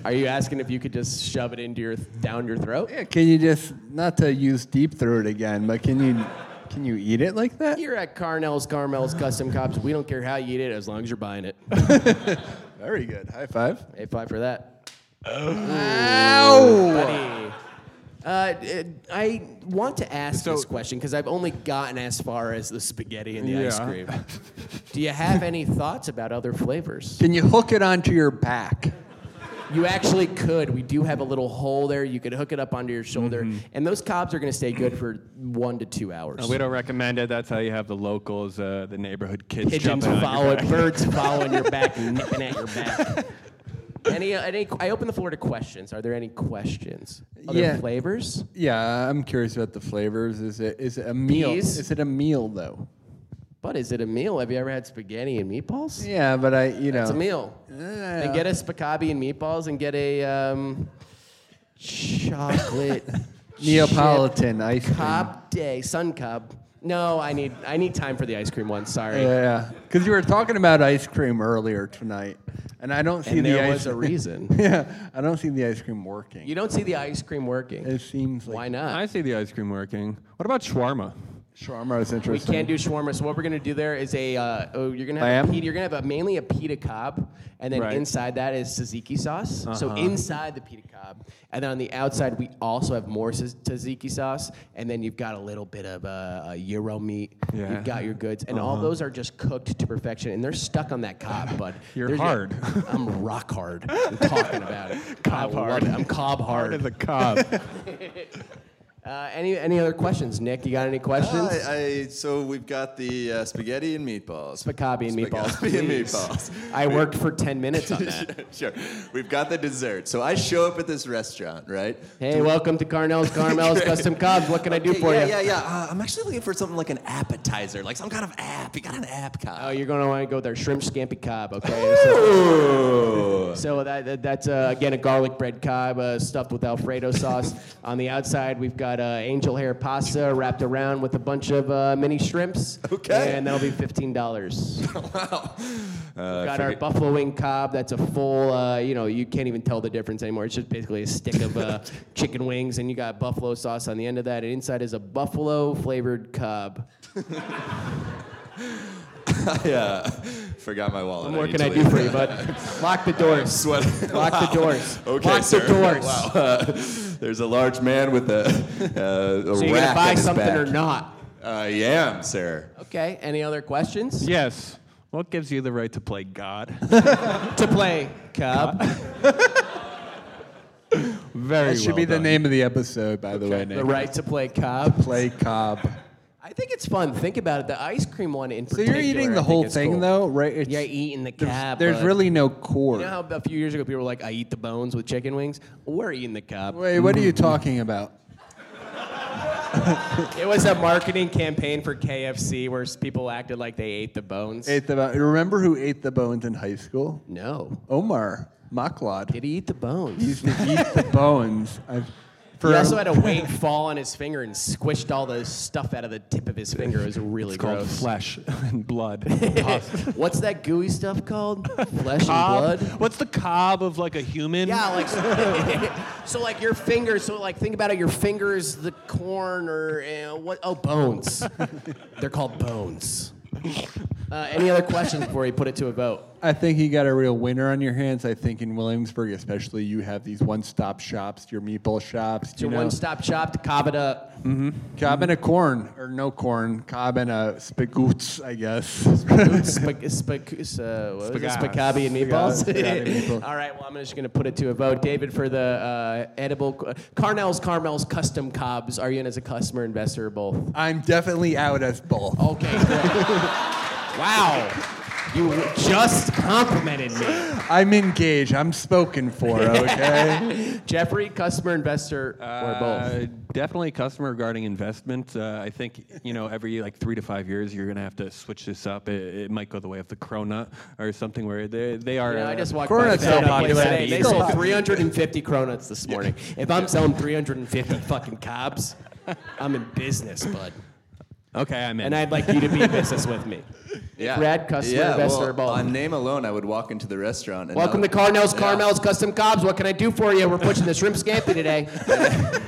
[SPEAKER 3] Are you asking if you could just shove it into your down your throat?
[SPEAKER 5] Can you just not to use deep throat again? But can you? Can you eat it like that?
[SPEAKER 3] Here at Carnell's Carmel's Custom Cops, we don't care how you eat it as long as you're buying it.
[SPEAKER 5] Very good. High five.
[SPEAKER 3] A five for that.
[SPEAKER 5] Ow!
[SPEAKER 3] Buddy. Uh, it- I want to ask this question because I've only gotten as far as the spaghetti and the ice
[SPEAKER 4] Yeah.
[SPEAKER 3] cream. Do you have any thoughts about other flavors?
[SPEAKER 5] Can you hook it onto your back?
[SPEAKER 3] You actually could. We do have a little hole there. You could hook it up onto your shoulder, and those cobs are going to stay good for one to two hours.
[SPEAKER 4] Uh, Mm-hmm. we don't recommend it. That's how you have the locals, uh, the neighborhood kids
[SPEAKER 3] Pigeons
[SPEAKER 4] jumping on your
[SPEAKER 3] follow
[SPEAKER 4] back.
[SPEAKER 3] it, birds following your back, and nipping at your back. Any, uh, any, I open the floor to questions. Are there any questions? Other
[SPEAKER 5] Yeah.
[SPEAKER 3] flavors?
[SPEAKER 5] Yeah, I'm curious about the flavors. Is it is it a meal?
[SPEAKER 3] Peas?
[SPEAKER 5] Is it a meal though?
[SPEAKER 3] But is it a meal? Have you ever had spaghetti and meatballs?
[SPEAKER 5] Yeah, but I you know
[SPEAKER 3] It's a meal. And get a spacabi and meatballs, and get a um, chocolate
[SPEAKER 5] Neapolitan ice cream.
[SPEAKER 3] cob day, sun cob. No, I need I need time for the ice cream one. Sorry.
[SPEAKER 5] Yeah, because you were talking about ice cream earlier tonight, and I don't see
[SPEAKER 3] and
[SPEAKER 5] the
[SPEAKER 3] there
[SPEAKER 5] ice.
[SPEAKER 3] was a reason.
[SPEAKER 5] yeah, I don't see the ice cream working.
[SPEAKER 3] you don't see the ice cream working.
[SPEAKER 5] it seems like
[SPEAKER 3] Why not?
[SPEAKER 4] Ah, I see the ice cream working. What about shawarma?
[SPEAKER 5] shawarma is
[SPEAKER 3] We
[SPEAKER 5] interesting.
[SPEAKER 3] can't do shawarma. So what we're gonna do there is a uh, oh, you're gonna have
[SPEAKER 5] Lamb?
[SPEAKER 3] a pita, you're gonna have a, mainly a pita cob, and then
[SPEAKER 4] Right.
[SPEAKER 3] inside that is tzatziki sauce. So inside the pita cob, and then on the outside we also have more tz- tzatziki sauce, and then you've got a little bit of uh, uh, gyro meat.
[SPEAKER 4] Yeah.
[SPEAKER 3] You've got your goods, and all those are just cooked to perfection, and they're stuck on that cob, bud.
[SPEAKER 4] You're
[SPEAKER 3] There's no-
[SPEAKER 4] hard.
[SPEAKER 3] I'm rock hard. I'm talking about it. Cob hard. I'm cob hard.
[SPEAKER 4] cob.
[SPEAKER 3] Uh, any any other questions, Nick? You got any questions?
[SPEAKER 6] Uh, I, I, so we've got the uh, spaghetti and meatballs.
[SPEAKER 3] Spaghetti and meatballs.
[SPEAKER 6] Spaghetti and
[SPEAKER 3] please.
[SPEAKER 6] meatballs.
[SPEAKER 3] I worked for 10 minutes on that.
[SPEAKER 6] sure. We've got the dessert. So I show up at this restaurant, right?
[SPEAKER 3] Hey, welcome to Carnell's Carmel's Custom Cobs. What can I do
[SPEAKER 6] Okay,
[SPEAKER 3] for
[SPEAKER 6] yeah,
[SPEAKER 3] you?
[SPEAKER 6] Yeah, yeah, Uh, I'm actually looking for something like an appetizer, like some kind of app. You got an app, Kyle?
[SPEAKER 3] Oh, you're going to want to go there. Shrimp scampi cob, okay? So, so that, that- that's, uh, again, a garlic bread cob uh, stuffed with Alfredo sauce. on the outside, we've got uh, angel hair pasta wrapped around with a bunch of uh, mini shrimps.
[SPEAKER 6] Okay.
[SPEAKER 3] And that'll be $15.
[SPEAKER 6] wow. Uh,
[SPEAKER 3] got our
[SPEAKER 6] forget-
[SPEAKER 3] buffalo wing cob. That's a full, uh, you know, you can't even tell the difference anymore. It's just basically a stick of uh, chicken wings, and you got buffalo sauce on the end of that. And inside is a buffalo flavored cob.
[SPEAKER 6] I uh, forgot my wallet.
[SPEAKER 3] What
[SPEAKER 6] need
[SPEAKER 3] can
[SPEAKER 6] to
[SPEAKER 3] I do
[SPEAKER 6] leave.
[SPEAKER 3] for you, bud? Lock the doors.
[SPEAKER 6] Sweat.
[SPEAKER 3] Lock the doors.
[SPEAKER 6] Okay,
[SPEAKER 3] Lock
[SPEAKER 6] sir.
[SPEAKER 3] the doors.
[SPEAKER 6] Wow. Uh, there's a large man with a, uh, a
[SPEAKER 3] So you're gonna
[SPEAKER 6] rack at
[SPEAKER 3] buy
[SPEAKER 6] his
[SPEAKER 3] something
[SPEAKER 6] back.
[SPEAKER 3] or not?
[SPEAKER 6] I am, sir.
[SPEAKER 3] Okay. Any other questions?
[SPEAKER 4] Yes. What gives you the right to play God?
[SPEAKER 3] To play cob.
[SPEAKER 4] Very
[SPEAKER 5] That should
[SPEAKER 4] well
[SPEAKER 5] be the
[SPEAKER 4] done.
[SPEAKER 5] name of the episode, by the way. Nick.
[SPEAKER 3] The right to play cob.
[SPEAKER 5] play cob.
[SPEAKER 3] I think it's fun. Think about it. The ice cream one in
[SPEAKER 5] So
[SPEAKER 3] particular.
[SPEAKER 5] you're eating
[SPEAKER 3] I
[SPEAKER 5] the
[SPEAKER 3] think
[SPEAKER 5] whole
[SPEAKER 3] is
[SPEAKER 5] thing
[SPEAKER 3] cool.
[SPEAKER 5] though, right? It's-
[SPEAKER 3] You're eating the
[SPEAKER 5] there's-
[SPEAKER 3] cob.
[SPEAKER 5] There's
[SPEAKER 3] bud.
[SPEAKER 5] really no core.
[SPEAKER 3] You know how a few years ago people were like, "I eat the bones with chicken wings." We're eating the cob.
[SPEAKER 5] Wait, what
[SPEAKER 3] Hmm.
[SPEAKER 5] are you talking about?
[SPEAKER 3] It was a marketing campaign for KFC where s- people acted like they ate the bones.
[SPEAKER 5] Ate the bo- remember who ate the bones in high school?
[SPEAKER 3] no.
[SPEAKER 5] Omar Maklad.
[SPEAKER 3] Did he eat the bones?
[SPEAKER 5] He used to eat the bones. I've, for
[SPEAKER 3] He also had a weight fall on his finger and squished all the stuff out of the tip of his finger. It was really
[SPEAKER 4] It's called
[SPEAKER 3] gross.
[SPEAKER 4] flesh and blood. Pus.
[SPEAKER 3] What's that gooey stuff called? Flesh and
[SPEAKER 4] Cob?
[SPEAKER 3] blood?
[SPEAKER 4] What's the cob of like a human?
[SPEAKER 3] Yeah, like so, so like your fingers. So like think about it. Your fingers, the corn, or uh, what? Oh, bones. They're called bones. Uh, any other questions before we put it to a vote?
[SPEAKER 5] I think he got a real winner on your hands. I think in Williamsburg, especially, you have these one-stop shops, your meatball shops.
[SPEAKER 3] It's your
[SPEAKER 5] you know,
[SPEAKER 3] one-stop shop to cob it up.
[SPEAKER 5] cob and a corn or no corn, cob and a spagoots, I guess.
[SPEAKER 3] Spag- spag- uh, what was it?
[SPEAKER 4] Spaghetti.
[SPEAKER 3] Spaghetti and meatballs.
[SPEAKER 5] Spaghetti and meatballs.
[SPEAKER 3] All right, well, I'm just going to put it to a vote. David, for the uh, edible uh, Carnell's Carmel's Custom Cobs, are you in as a customer, investor, or both?
[SPEAKER 5] I'm definitely out as both.
[SPEAKER 3] Okay, great. wow. You just complimented me.
[SPEAKER 5] I'm engaged. I'm spoken for. Okay.
[SPEAKER 3] Jeffrey, customer, investor, or both?
[SPEAKER 4] Uh, definitely customer regarding investment. Uh, I think you know every like three to five years you're gonna have to switch this up. It, it might go the way of the Krona or something where they they are.
[SPEAKER 3] You know, I just walked by
[SPEAKER 5] Cronuts
[SPEAKER 3] the
[SPEAKER 5] are
[SPEAKER 3] Fed on the
[SPEAKER 5] popular.
[SPEAKER 3] way today. They
[SPEAKER 5] Still
[SPEAKER 3] sold
[SPEAKER 5] popular.
[SPEAKER 3] 350 cronuts this morning. If I'm selling 350 fucking cobs, I'm in business, bud.
[SPEAKER 4] uh, okay, I'm in.
[SPEAKER 3] And I'd like you to be in business with me.
[SPEAKER 6] Yeah.
[SPEAKER 3] Brad, customer,
[SPEAKER 6] yeah,
[SPEAKER 3] investor,
[SPEAKER 6] well,
[SPEAKER 3] both.
[SPEAKER 6] On name alone, I would walk into the restaurant. And
[SPEAKER 3] Welcome
[SPEAKER 6] now-
[SPEAKER 3] to Carnell's
[SPEAKER 6] Yeah.
[SPEAKER 3] Carmel's Custom Cobs. What can I do for you? We're pushing the shrimp scampi today.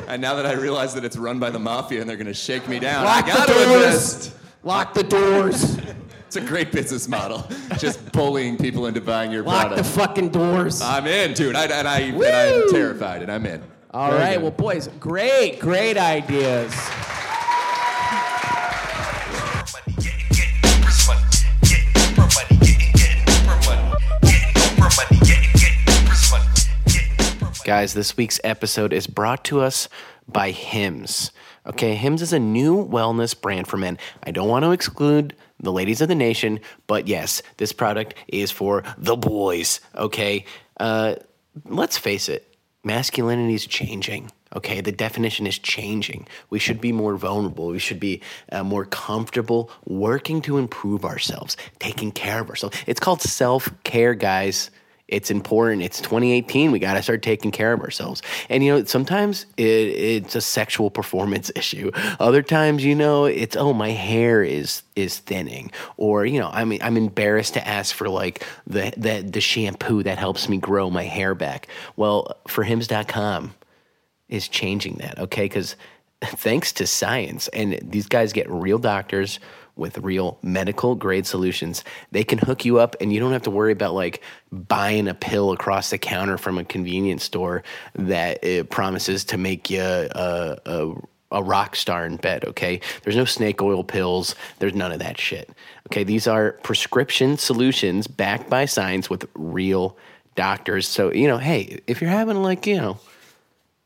[SPEAKER 6] And now that I realize that it's run by the mafia and they're going to shake me down,
[SPEAKER 3] Lock
[SPEAKER 6] I got
[SPEAKER 3] the
[SPEAKER 6] to
[SPEAKER 3] doors.
[SPEAKER 6] invest.
[SPEAKER 3] Lock the doors.
[SPEAKER 6] It's a great business model. Just bullying people into buying your
[SPEAKER 3] Lock the
[SPEAKER 6] product.
[SPEAKER 3] fucking doors.
[SPEAKER 6] I'm in, dude. I, and, I, and
[SPEAKER 3] Woo!
[SPEAKER 6] I'm terrified, and I'm in.
[SPEAKER 3] All right, well, boys, great, great ideas.
[SPEAKER 9] Guys, this week's episode is brought to us by Hims. Okay, Hims is a new wellness brand for men. I don't want to exclude the ladies of the nation, but yes, this product is for the boys. Okay, uh, let's face it, masculinity is changing. Okay, the definition is changing. We should be more vulnerable. We should be uh, more comfortable working to improve ourselves, taking care of ourselves. It's called self care, guys. It's important. It's 2018. We got to start taking care of ourselves. And, you know, sometimes it, it's a sexual performance issue. Other times, you know, it's, oh, my hair is is thinning or you know i mean i'm embarrassed to ask for like the, the the shampoo that helps me grow my hair back well for hims.com is changing that, okay? Because thanks to science, and these guys get real doctors with real medical grade solutions, they can hook you up and you don't have to worry about like buying a pill across the counter from a convenience store that it promises to make you a, a, a rock star in bed, okay? There's no snake oil pills, there's none of that shit, okay? These are prescription solutions backed by science with real doctors. So, you know, hey, if you're having like, you know,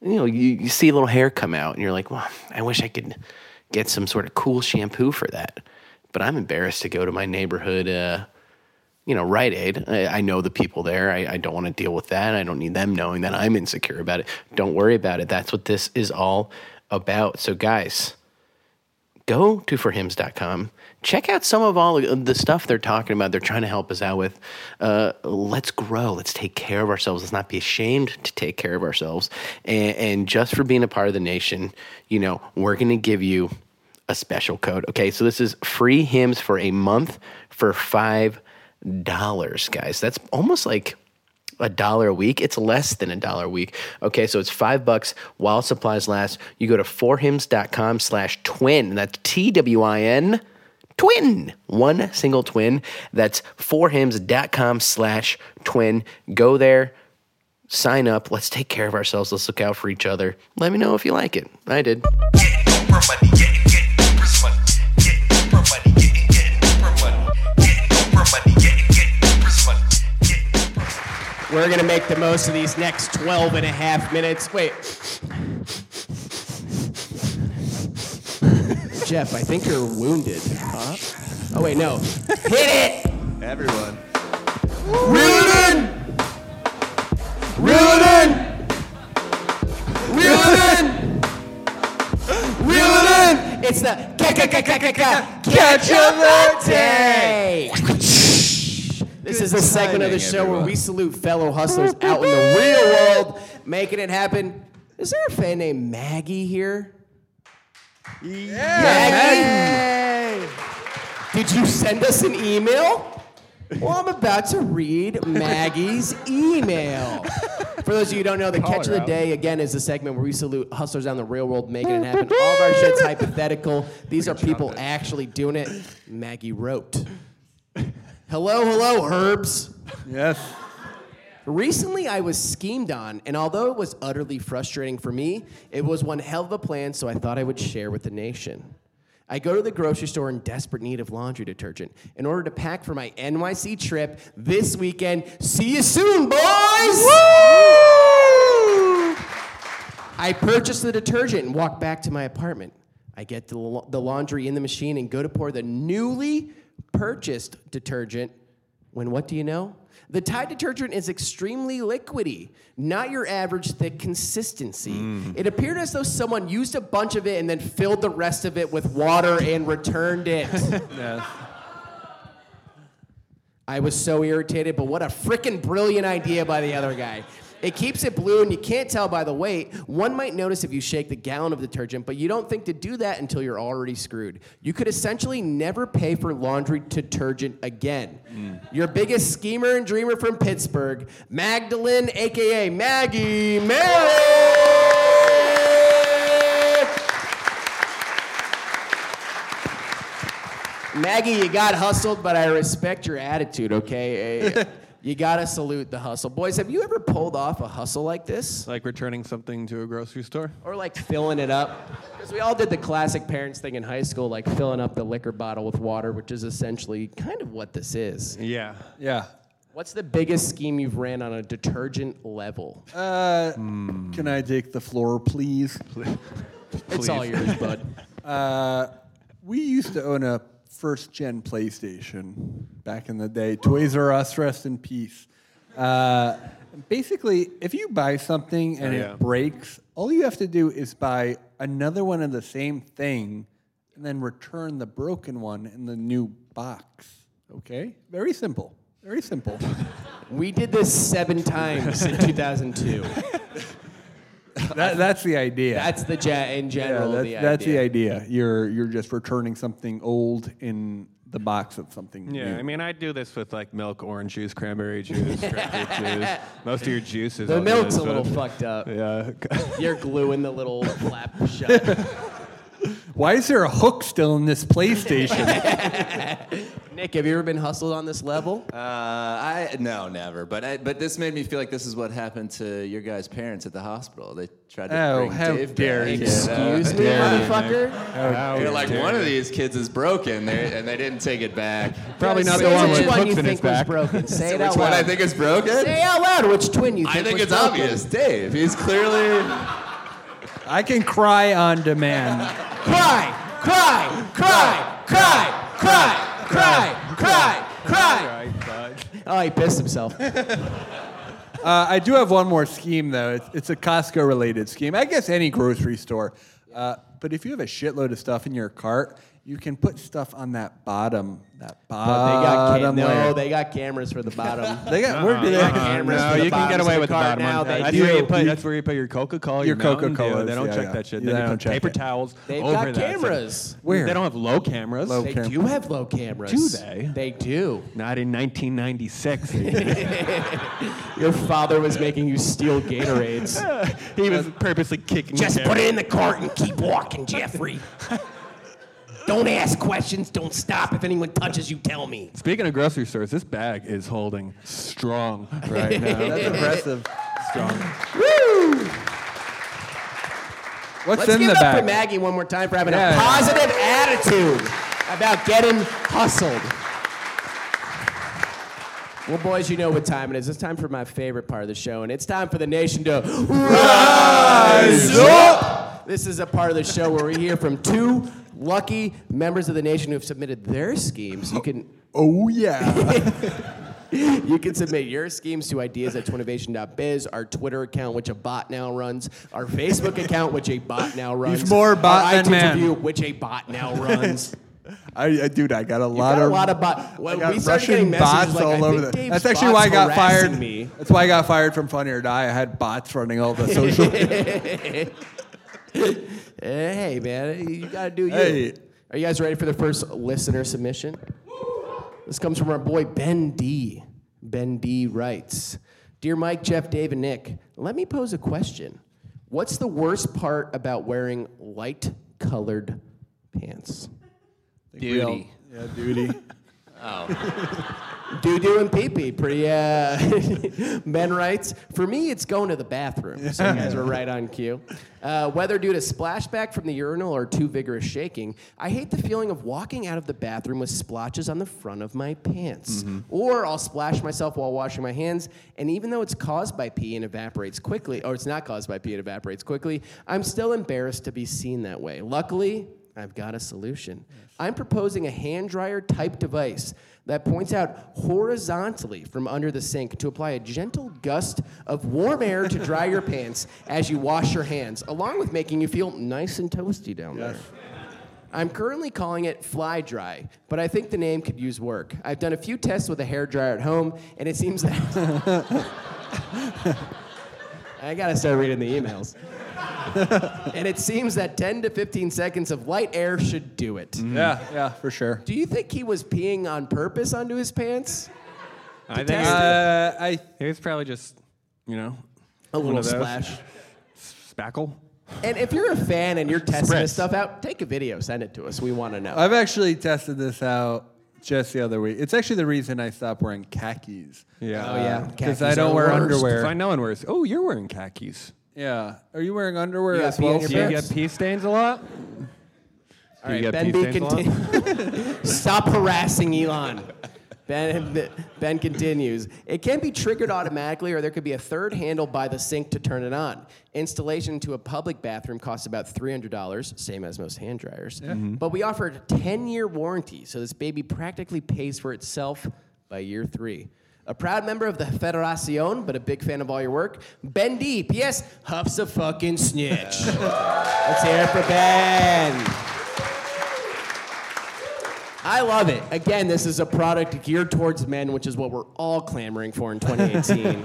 [SPEAKER 9] you know, you, you see a little hair come out and you're like, well, I wish I could get some sort of cool shampoo for that. But I'm embarrassed to go to my neighborhood, uh, you know, Rite Aid. I, I know the people there. I, I don't want to deal with that. I don't need them knowing that I'm insecure about it. Don't worry about it. That's what this is all about. So, guys, go to forhims.com. Check out some of all of the stuff they're talking about. They're trying to help us out with. Uh, let's grow. Let's take care of ourselves. Let's not be ashamed to take care of ourselves. And, and just for being a part of the nation, you know, we're going to give you a special code. Okay, so this is free hymns for a month for five dollars, guys. That's almost like a dollar a week. It's less than a dollar a week. Okay, so it's five bucks while supplies last. You go to forhims.com slash twin. That's T W I N twin. One single twin. That's forhims.com slash twin. Go there, sign up. Let's take care of ourselves. Let's look out for each other. Let me know if you like it. I did.
[SPEAKER 2] Getting Oprah money, getting, getting Oprah's money. Getting Oprah money, getting, getting Oprah money. Getting Oprah money, getting, getting Oprah's money. Getting Oprah's money.
[SPEAKER 3] We're going to make the most of these next 12 and a half minutes. Wait. Jeff, I think you're wounded. Huh? Oh, wait, no. Hit it!
[SPEAKER 6] Everyone.
[SPEAKER 3] It's the catch of the day. This is the segment of the
[SPEAKER 6] timing,
[SPEAKER 3] show where
[SPEAKER 6] everyone.
[SPEAKER 3] we salute fellow hustlers out in the real world, making it happen. Is there a fan named Maggie here? Maggie! Did you send us an email? Well, I'm about to read Maggie's email. For those of you who don't know, the catch of the day again is the segment where we salute hustlers down the real world making it happen. All of our shit's hypothetical. These are people actually doing it. Maggie wrote. Hello, hello, herbs.
[SPEAKER 5] Yes.
[SPEAKER 3] Recently, I was schemed on, and although it was utterly frustrating for me, it was one hell of a plan, so I thought I would share with the nation. I go to the grocery store in desperate need of laundry detergent in order to pack for my NYC trip this weekend. See you soon, boys! I purchase the detergent and walk back to my apartment. I get the, la- the laundry in the machine and go to pour the newly purchased detergent. When what do you know? The Tide detergent is extremely liquidy, not your average thick consistency. It appeared as though someone used a bunch of it and then filled the rest of it with water and returned it. I was so irritated, but what a freaking brilliant idea by the other guy. It keeps it blue, and you can't tell by the weight. One might notice if you shake the gallon of detergent, but you don't think to do that until you're already screwed. You could essentially never pay for laundry detergent again. Your biggest schemer and dreamer from Pittsburgh, Magdalene, aka Maggie Mary. Maggie, you got hustled, but I respect your attitude, okay? Eh, you gotta salute the hustle. Boys, have you ever pulled off a hustle like this?
[SPEAKER 4] Like returning something to a grocery store.
[SPEAKER 3] Or like filling it up? Because we all did the classic parents thing in high school, like filling up the liquor bottle with water, which is essentially kind of what this is.
[SPEAKER 4] Yeah.
[SPEAKER 5] Yeah.
[SPEAKER 3] What's the biggest scheme you've ran on a detergent level?
[SPEAKER 5] Uh, Can I take the floor, please?
[SPEAKER 3] It's all yours, bud.
[SPEAKER 5] We used to own a first gen PlayStation back in the day. Toys R Us, rest in peace. Uh, basically, if you buy something
[SPEAKER 3] Oh,
[SPEAKER 5] and
[SPEAKER 4] yeah.
[SPEAKER 5] it breaks, all you have to do is buy another one of the same thing and then return the broken one in the new box. Okay? Very simple. Very simple.
[SPEAKER 3] We did this seven times in 2002.
[SPEAKER 5] that, that's the idea.
[SPEAKER 3] That's the ge- in general
[SPEAKER 5] that's,
[SPEAKER 3] the
[SPEAKER 5] that's
[SPEAKER 3] idea.
[SPEAKER 5] the idea. You're you're just returning something old in the box of something.
[SPEAKER 4] Yeah,
[SPEAKER 5] new.
[SPEAKER 4] I mean, I do this with like milk, orange juice, cranberry juice, grapefruit juice. Most of your juices.
[SPEAKER 3] The
[SPEAKER 4] I'll do
[SPEAKER 3] milk's
[SPEAKER 4] this
[SPEAKER 3] a little
[SPEAKER 4] with.
[SPEAKER 3] fucked up.
[SPEAKER 4] Yeah.
[SPEAKER 3] You're gluing the little flap shut.
[SPEAKER 5] Why is there a hook still in this PlayStation?
[SPEAKER 3] Nick, have you ever been hustled on this level?
[SPEAKER 6] Uh, I no, never. But I, but this made me feel like this is what happened to your guys' parents at the hospital. They tried to
[SPEAKER 5] Oh,
[SPEAKER 6] bring
[SPEAKER 5] how
[SPEAKER 6] Dave
[SPEAKER 5] dare
[SPEAKER 6] back.
[SPEAKER 5] you.
[SPEAKER 3] Excuse me, motherfucker.
[SPEAKER 8] You're like, one of these kids is broken, they- and they didn't take it back.
[SPEAKER 5] Probably not the
[SPEAKER 3] Say
[SPEAKER 5] one
[SPEAKER 3] which
[SPEAKER 5] with
[SPEAKER 3] one
[SPEAKER 5] hooks
[SPEAKER 3] you
[SPEAKER 5] in his
[SPEAKER 3] think was
[SPEAKER 5] back.
[SPEAKER 3] broken. Say it
[SPEAKER 6] Which
[SPEAKER 3] out
[SPEAKER 6] one
[SPEAKER 3] loud.
[SPEAKER 6] I think is broken?
[SPEAKER 3] Say out loud which twin you think
[SPEAKER 8] I think
[SPEAKER 3] was
[SPEAKER 8] it's
[SPEAKER 3] broken.
[SPEAKER 8] obvious.
[SPEAKER 6] Dave. He's clearly.
[SPEAKER 5] I can cry on demand.
[SPEAKER 3] Cry, cry, cry, cry, cry, cry, cry, cry. Oh, he pissed himself.
[SPEAKER 5] Uh, I do have one more scheme though. It's, it's a Costco related scheme. I guess any grocery store. Uh, but if you have a shitload of stuff in your cart, you can put stuff on that bottom. That
[SPEAKER 3] But they got
[SPEAKER 5] bottom
[SPEAKER 3] cam- no,
[SPEAKER 5] layer.
[SPEAKER 3] they got cameras for the bottom.
[SPEAKER 5] They got. where do they?
[SPEAKER 3] got cameras
[SPEAKER 4] no,
[SPEAKER 3] for the
[SPEAKER 4] you can get
[SPEAKER 3] bottoms of
[SPEAKER 4] away
[SPEAKER 3] the
[SPEAKER 4] with the
[SPEAKER 3] cart
[SPEAKER 4] bottom
[SPEAKER 3] now.
[SPEAKER 4] one.
[SPEAKER 3] They
[SPEAKER 4] that's,
[SPEAKER 3] do.
[SPEAKER 4] Where you put,
[SPEAKER 5] You-
[SPEAKER 4] that's where you put your Coca-Cola,
[SPEAKER 5] Your
[SPEAKER 4] your, Mountain Dew.
[SPEAKER 5] Coca-Colas,
[SPEAKER 4] They don't
[SPEAKER 5] yeah,
[SPEAKER 4] check
[SPEAKER 5] yeah.
[SPEAKER 4] that shit.
[SPEAKER 5] Yeah,
[SPEAKER 4] they
[SPEAKER 5] they don't
[SPEAKER 4] put
[SPEAKER 5] check
[SPEAKER 4] paper
[SPEAKER 5] it.
[SPEAKER 4] towels
[SPEAKER 3] They've
[SPEAKER 4] over
[SPEAKER 3] got
[SPEAKER 4] that. It's like-
[SPEAKER 3] cameras.
[SPEAKER 5] Where?
[SPEAKER 4] They don't have low cameras.
[SPEAKER 5] Low
[SPEAKER 3] They
[SPEAKER 5] cam-
[SPEAKER 3] do have low cameras.
[SPEAKER 4] Do they?
[SPEAKER 3] They do.
[SPEAKER 4] Not in 1996. they didn't.
[SPEAKER 3] Your father was making you steal Gatorades.
[SPEAKER 4] he was purposely kicking.
[SPEAKER 3] Just
[SPEAKER 4] the
[SPEAKER 3] put
[SPEAKER 4] camera.
[SPEAKER 3] it in the cart and keep walking, Jeffrey. don't ask questions. Don't stop. If anyone touches you, tell me.
[SPEAKER 4] Speaking of grocery stores, this bag is holding strong right now.
[SPEAKER 5] That's impressive.
[SPEAKER 4] strong.
[SPEAKER 5] What's
[SPEAKER 3] Let's
[SPEAKER 5] in
[SPEAKER 3] give
[SPEAKER 5] the
[SPEAKER 3] it up
[SPEAKER 5] bag?
[SPEAKER 3] for Maggie one more time for having
[SPEAKER 5] Yeah.
[SPEAKER 3] a positive attitude about getting hustled. Well, boys, you know what time it is. It's time for my favorite part of the show, and it's time for the nation to rise up. This is a part of the show where we hear from two lucky members of the nation who have submitted their schemes. You can
[SPEAKER 5] Oh yeah.
[SPEAKER 3] you can submit your schemes to ideas at twinnovation.biz, our Twitter account, which a bot now runs, our Facebook account, which a bot now runs.
[SPEAKER 5] more bot
[SPEAKER 3] our
[SPEAKER 5] than
[SPEAKER 3] iTunes
[SPEAKER 5] man.
[SPEAKER 3] review, which a bot now runs.
[SPEAKER 5] I, I dude, I got a
[SPEAKER 3] You got
[SPEAKER 5] lot
[SPEAKER 3] a
[SPEAKER 5] of
[SPEAKER 3] lot of bot.
[SPEAKER 5] I
[SPEAKER 3] Well,
[SPEAKER 5] got
[SPEAKER 3] we started
[SPEAKER 5] Russian
[SPEAKER 3] getting messages
[SPEAKER 5] bots
[SPEAKER 3] like,
[SPEAKER 5] all
[SPEAKER 3] I
[SPEAKER 5] over
[SPEAKER 3] think
[SPEAKER 5] the.
[SPEAKER 3] Dave's
[SPEAKER 5] That's actually
[SPEAKER 3] bot's
[SPEAKER 5] why I got
[SPEAKER 3] harassing
[SPEAKER 5] fired.
[SPEAKER 3] Me.
[SPEAKER 5] That's why I got fired from Funny or Die. I had bots running all the social.
[SPEAKER 3] Hey, man, you got to do you.
[SPEAKER 5] Hey.
[SPEAKER 3] Are you guys ready for the first listener submission? This comes from our boy Ben D. Ben D writes Dear Mike, Jeff, Dave, and Nick, let me pose a question. What's the worst part about wearing light colored pants?
[SPEAKER 8] Duty.
[SPEAKER 5] yeah, duty.
[SPEAKER 3] Doo doo and pee pee. Pretty, uh, Ben writes, for me, it's going to the bathroom. So you guys were right on cue. Uh, whether due to splashback from the urinal or too vigorous shaking, I hate the feeling of walking out of the bathroom with splotches on the front of my pants. Or I'll splash myself while washing my hands, and even though it's caused by pee and evaporates quickly, or it's not caused by pee and evaporates quickly, I'm still embarrassed to be seen that way. Luckily, I've got a solution. I'm proposing a hand dryer type device that points out horizontally from under the sink to apply a gentle gust of warm air to dry your pants as you wash your hands, along with making you feel nice and toasty down there. I'm currently calling it Fly Dry, but I think the name could use work. I've done a few tests with a hair dryer at home, and it seems that. I gotta start reading the emails. and it seems that 10 to 15 seconds of light air should do it.
[SPEAKER 5] Yeah, yeah, for sure.
[SPEAKER 3] Do you think he was peeing on purpose onto his pants?
[SPEAKER 4] I think
[SPEAKER 3] test
[SPEAKER 4] it-
[SPEAKER 5] Uh, I
[SPEAKER 4] it was probably just, you know,
[SPEAKER 3] A little
[SPEAKER 4] of those.
[SPEAKER 3] splash.
[SPEAKER 4] spackle.
[SPEAKER 3] And if you're a fan and you're testing
[SPEAKER 4] Spritz.
[SPEAKER 3] this stuff out, take a video, send it to us. We want to know.
[SPEAKER 5] I've actually tested this out just the other week. It's actually the reason I stopped wearing khakis.
[SPEAKER 4] Yeah.
[SPEAKER 3] oh yeah,
[SPEAKER 5] Because
[SPEAKER 3] Khakis
[SPEAKER 5] uh, I
[SPEAKER 3] are
[SPEAKER 5] don't wear
[SPEAKER 3] worst.
[SPEAKER 5] underwear.
[SPEAKER 4] Find no one wears. Oh, you're wearing khakis.
[SPEAKER 5] Yeah. Are you wearing underwear
[SPEAKER 3] You got
[SPEAKER 5] as
[SPEAKER 3] pee in
[SPEAKER 5] well?
[SPEAKER 3] your
[SPEAKER 4] Do
[SPEAKER 5] sir?
[SPEAKER 4] you
[SPEAKER 3] Yes.
[SPEAKER 4] get pee stains a lot?
[SPEAKER 3] All
[SPEAKER 4] You
[SPEAKER 3] right,
[SPEAKER 4] got
[SPEAKER 3] Ben
[SPEAKER 4] pee
[SPEAKER 3] B.
[SPEAKER 4] stains a lot?
[SPEAKER 3] Continue. Stop harassing Elon. Ben, ben continues. It can be triggered automatically, or there could be a third handle by the sink to turn it on. Installation to a public bathroom costs about $300, same as most hand dryers.
[SPEAKER 4] Mm-hmm.
[SPEAKER 3] But we offer a 10 year warranty, so this baby practically pays for itself by year three. A proud member of the Federacion, but a big fan of all your work. Ben D. P.S. Huff's a fucking snitch. Let's hear it for Ben. I love it. Again, this is a product geared towards men, which is what we're all clamoring for in 2018.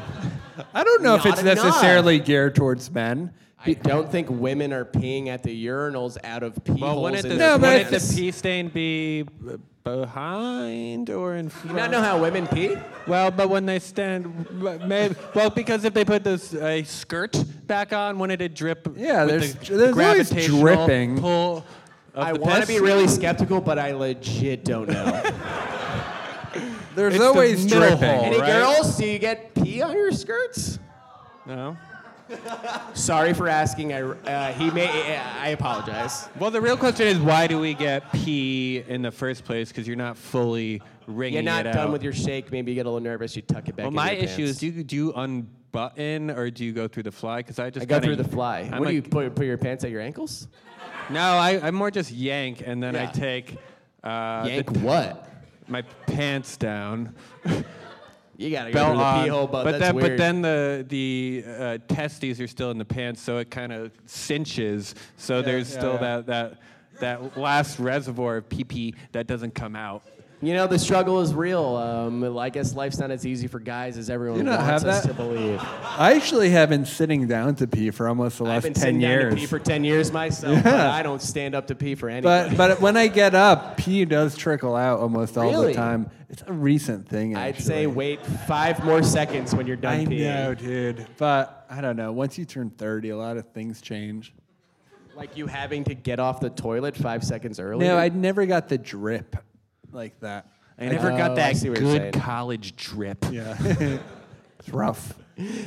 [SPEAKER 5] I don't know if
[SPEAKER 3] Not
[SPEAKER 5] it's
[SPEAKER 3] enough.
[SPEAKER 5] necessarily geared towards men.
[SPEAKER 3] I don't think women are peeing at the urinals out of pee
[SPEAKER 4] Well,
[SPEAKER 3] holes
[SPEAKER 4] wouldn't
[SPEAKER 3] in
[SPEAKER 4] the,
[SPEAKER 3] their
[SPEAKER 5] No, but
[SPEAKER 4] wouldn't
[SPEAKER 3] pants.
[SPEAKER 5] it's-
[SPEAKER 4] the pee stain be b- behind or in front?
[SPEAKER 3] You not know how women pee?
[SPEAKER 4] Well, but when they stand, maybe. Well, because if they put this a skirt back on, when it drip.
[SPEAKER 5] Yeah,
[SPEAKER 4] with
[SPEAKER 5] there's-
[SPEAKER 4] the
[SPEAKER 5] there's always
[SPEAKER 4] gravitational
[SPEAKER 5] dripping.
[SPEAKER 4] Pull of
[SPEAKER 3] I
[SPEAKER 4] the
[SPEAKER 3] want to
[SPEAKER 4] piss.
[SPEAKER 3] be really skeptical, but I legit don't know.
[SPEAKER 5] There's
[SPEAKER 4] It's the
[SPEAKER 5] always
[SPEAKER 4] middle
[SPEAKER 5] dripping.
[SPEAKER 4] hole.
[SPEAKER 3] Any
[SPEAKER 4] right.
[SPEAKER 3] girls, do you get pee on your skirts?
[SPEAKER 4] No.
[SPEAKER 3] Sorry for asking. I uh, he may. I apologize.
[SPEAKER 4] Well, the real question is why do we get pee in the first place? Because you're not fully wringing
[SPEAKER 3] You're not
[SPEAKER 4] it
[SPEAKER 3] done
[SPEAKER 4] out.
[SPEAKER 3] with your shake. Maybe you get a little nervous. You tuck it back.
[SPEAKER 4] Well,
[SPEAKER 3] into
[SPEAKER 4] my
[SPEAKER 3] your
[SPEAKER 4] issue
[SPEAKER 3] pants.
[SPEAKER 4] is do you do you unbutton or do you go through the fly? Because I just
[SPEAKER 3] I go
[SPEAKER 4] kinda-
[SPEAKER 3] through the fly.
[SPEAKER 4] I'm
[SPEAKER 3] what
[SPEAKER 4] a-
[SPEAKER 3] do you put, put your pants at your ankles?
[SPEAKER 4] No, I, I more just yank and then I
[SPEAKER 3] Yeah.
[SPEAKER 4] take uh, the
[SPEAKER 3] Yank
[SPEAKER 4] t-
[SPEAKER 3] what?
[SPEAKER 4] my pants down,
[SPEAKER 3] You gotta go
[SPEAKER 4] belt
[SPEAKER 3] through the
[SPEAKER 4] on.
[SPEAKER 5] uh,
[SPEAKER 3] pee hole, but, that's
[SPEAKER 4] then,
[SPEAKER 3] weird.
[SPEAKER 4] but then the the uh, testes are still in the pants, so it kind of cinches. So there's
[SPEAKER 5] yeah,
[SPEAKER 4] still
[SPEAKER 5] yeah.
[SPEAKER 4] that that that last reservoir of pee pee that doesn't come out.
[SPEAKER 3] you know the struggle is real. Um, I guess life's not as easy for guys as everyone
[SPEAKER 5] You don't
[SPEAKER 3] wants
[SPEAKER 5] have
[SPEAKER 3] us
[SPEAKER 5] that?
[SPEAKER 3] to believe.
[SPEAKER 5] I actually have been sitting down to pee for almost the
[SPEAKER 3] I've
[SPEAKER 5] last
[SPEAKER 3] been
[SPEAKER 5] ten
[SPEAKER 3] sitting
[SPEAKER 5] years.
[SPEAKER 3] down to pee for ten years myself, but
[SPEAKER 5] Yeah.
[SPEAKER 3] I don't stand up to pee for anybody.
[SPEAKER 5] but but when I get up, pee does trickle out almost all
[SPEAKER 3] Really?
[SPEAKER 5] the time. It's a recent thing. Actually.
[SPEAKER 3] I'd say wait five more seconds when you're done
[SPEAKER 5] I
[SPEAKER 3] peeing.
[SPEAKER 5] know, dude. But I don't know. Once you turn thirty, a lot of things change.
[SPEAKER 3] Like you having to get off the toilet five seconds early.
[SPEAKER 5] No, I never got the drip like that.
[SPEAKER 4] I never
[SPEAKER 3] Oh,
[SPEAKER 4] got
[SPEAKER 3] I
[SPEAKER 4] that
[SPEAKER 3] see what you're saying.
[SPEAKER 4] good college drip.
[SPEAKER 5] Yeah, it's rough.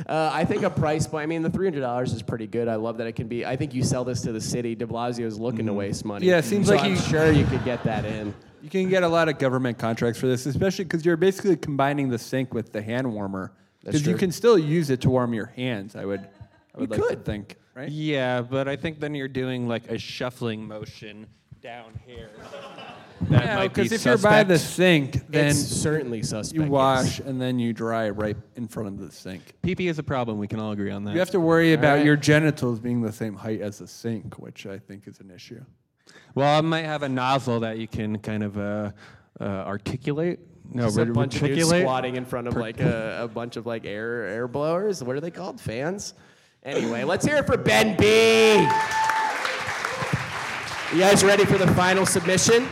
[SPEAKER 3] Uh, I think a price point. I mean, the three hundred dollars is pretty good. I love that it can be. I think you sell this to the city. De Blasio's looking to waste money.
[SPEAKER 5] Mm. Yeah, it seems
[SPEAKER 3] So
[SPEAKER 5] like
[SPEAKER 3] I'm
[SPEAKER 5] you-
[SPEAKER 3] sure you could get that in.
[SPEAKER 5] You can get a lot of government contracts for this, especially because you're basically combining the sink with the hand warmer.
[SPEAKER 3] That's
[SPEAKER 5] Because you
[SPEAKER 3] true.
[SPEAKER 5] can still use it to warm your hands. I would, I would
[SPEAKER 3] You
[SPEAKER 5] like to
[SPEAKER 3] could.
[SPEAKER 5] think, right?
[SPEAKER 4] Yeah, but I think then you're doing like a shuffling motion down here. That
[SPEAKER 5] Yeah,
[SPEAKER 4] might be
[SPEAKER 5] because if you're by the
[SPEAKER 4] suspect.
[SPEAKER 5] sink, then
[SPEAKER 3] it's certainly suspect.
[SPEAKER 5] you
[SPEAKER 3] yes.
[SPEAKER 5] wash and then you dry right in front of the sink.
[SPEAKER 4] PP is a problem. We can all agree on that.
[SPEAKER 5] You have to worry about your genitals being the same height as the sink, which I think is an issue.
[SPEAKER 4] well, I might have a nozzle that you can kind of uh, uh, articulate. No,
[SPEAKER 3] Just a
[SPEAKER 4] re-
[SPEAKER 3] bunch of dudes
[SPEAKER 4] reticulate.
[SPEAKER 3] squatting in front of like a, a bunch of like air air blowers. What are they called? Fans. Anyway, let's hear it for Ben B. You guys ready for the final submission?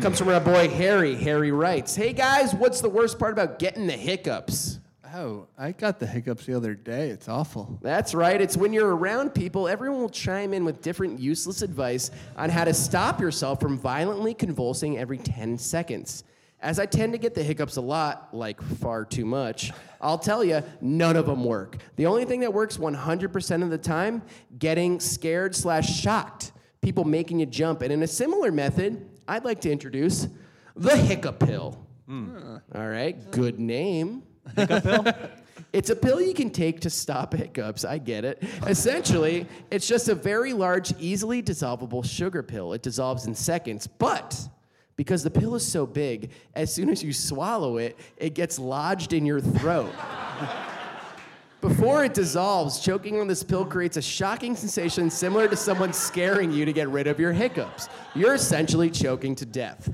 [SPEAKER 3] Comes from our boy Harry. Harry writes, "Hey guys, what's the worst part about getting the hiccups?"
[SPEAKER 5] Oh, I got the hiccups the other day. It's awful.
[SPEAKER 3] That's right. It's when you're around people, everyone will chime in with different useless advice on how to stop yourself from violently convulsing every 10 seconds. As I tend to get the hiccups a lot, like far too much, I'll tell you, none of them work. The only thing that works 100% of the time, getting scared slash shocked, people making you jump. And in a similar method, I'd like to introduce the hiccup pill. All right, good name. It's a pill you can take to stop hiccups. I get it. Essentially, it's just a very large, easily dissolvable sugar pill. It dissolves in seconds, but because the pill is so big, as soon as you swallow it, it gets lodged in your throat. Before it dissolves, choking on this pill creates a shocking sensation similar to someone scaring you to get rid of your hiccups. You're essentially choking to death.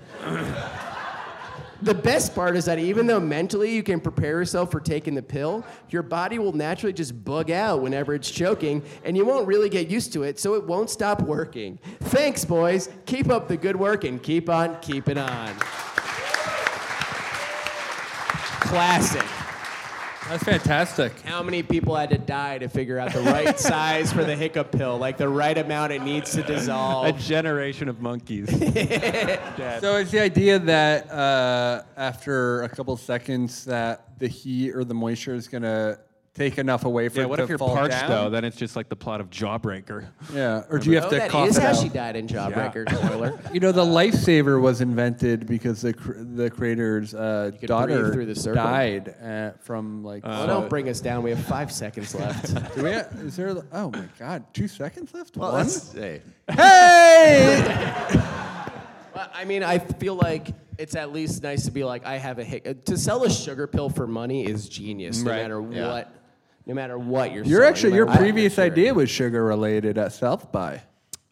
[SPEAKER 3] The best part is that even though mentally you can prepare yourself for taking the pill, your body will naturally just bug out whenever it's choking, and you won't really get used to it, so it won't stop working. Thanks, boys. Keep up the good work and keep on keeping on. Classic.
[SPEAKER 5] That's fantastic.
[SPEAKER 3] How many people had to die to figure out the right size for the hiccup pill, like the right amount it needs to
[SPEAKER 4] A
[SPEAKER 3] dissolve?
[SPEAKER 4] generation of monkeys.
[SPEAKER 5] So it's the idea that uh, after a couple seconds, that the heat or the moisture is gonna take enough away from
[SPEAKER 4] yeah,
[SPEAKER 5] it
[SPEAKER 4] what
[SPEAKER 5] to
[SPEAKER 4] if you're
[SPEAKER 5] fall
[SPEAKER 4] parched
[SPEAKER 5] down?
[SPEAKER 4] though? Then it's just like the plot of Jawbreaker.
[SPEAKER 5] Yeah, or do you have
[SPEAKER 3] Oh,
[SPEAKER 5] to
[SPEAKER 3] that
[SPEAKER 5] cough
[SPEAKER 3] is
[SPEAKER 5] it
[SPEAKER 3] how
[SPEAKER 5] out?
[SPEAKER 3] she died in Jawbreaker. Spoiler.
[SPEAKER 5] You know, the lifesaver was invented because the cr- the creator's uh,
[SPEAKER 3] could breathe
[SPEAKER 5] daughter
[SPEAKER 3] through the circle.
[SPEAKER 5] died uh, from like.
[SPEAKER 3] Well, don't bring us down. We have five seconds left.
[SPEAKER 5] Do we have- is there? Oh my God! Two seconds left.
[SPEAKER 6] Well,
[SPEAKER 5] One.
[SPEAKER 6] that's hey.
[SPEAKER 5] Hey!
[SPEAKER 3] Well, I mean, I feel like it's at least nice to be like, I have a hic. To sell a sugar pill for money is genius, no
[SPEAKER 5] Right,
[SPEAKER 3] matter
[SPEAKER 6] yeah.
[SPEAKER 3] what, no matter what you're.
[SPEAKER 5] Your
[SPEAKER 3] selling,
[SPEAKER 5] actually
[SPEAKER 3] no
[SPEAKER 5] your
[SPEAKER 3] matter what
[SPEAKER 5] previous
[SPEAKER 3] you're-
[SPEAKER 5] idea was sugar related at South by.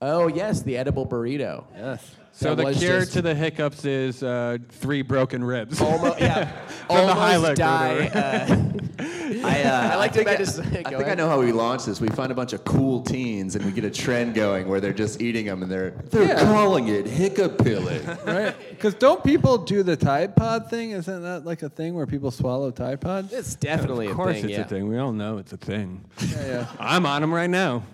[SPEAKER 3] Oh yes, the edible burrito.
[SPEAKER 5] Yes.
[SPEAKER 4] So
[SPEAKER 3] That
[SPEAKER 4] the
[SPEAKER 3] was
[SPEAKER 4] cure
[SPEAKER 3] just-
[SPEAKER 4] to the hiccups is uh, three broken ribs.
[SPEAKER 3] Almost, yeah,
[SPEAKER 4] the high
[SPEAKER 3] almost
[SPEAKER 4] leg
[SPEAKER 3] die. Uh,
[SPEAKER 6] I, uh,
[SPEAKER 3] I like to
[SPEAKER 6] think
[SPEAKER 3] imagine-
[SPEAKER 6] I, I
[SPEAKER 3] go
[SPEAKER 6] think I
[SPEAKER 3] ahead.
[SPEAKER 6] know how we launch this. We find a bunch of cool teens and we get a trend going where they're just eating them and they're they're calling it hiccup pilling.
[SPEAKER 5] right? Because don't people do the Tide Pod thing? Isn't that like a thing where people swallow Tide Pods?
[SPEAKER 3] it's definitely
[SPEAKER 4] of course,
[SPEAKER 3] a thing.
[SPEAKER 4] it's
[SPEAKER 3] yeah.
[SPEAKER 4] a thing. We all know it's a thing.
[SPEAKER 5] yeah.
[SPEAKER 4] I'm on them right now.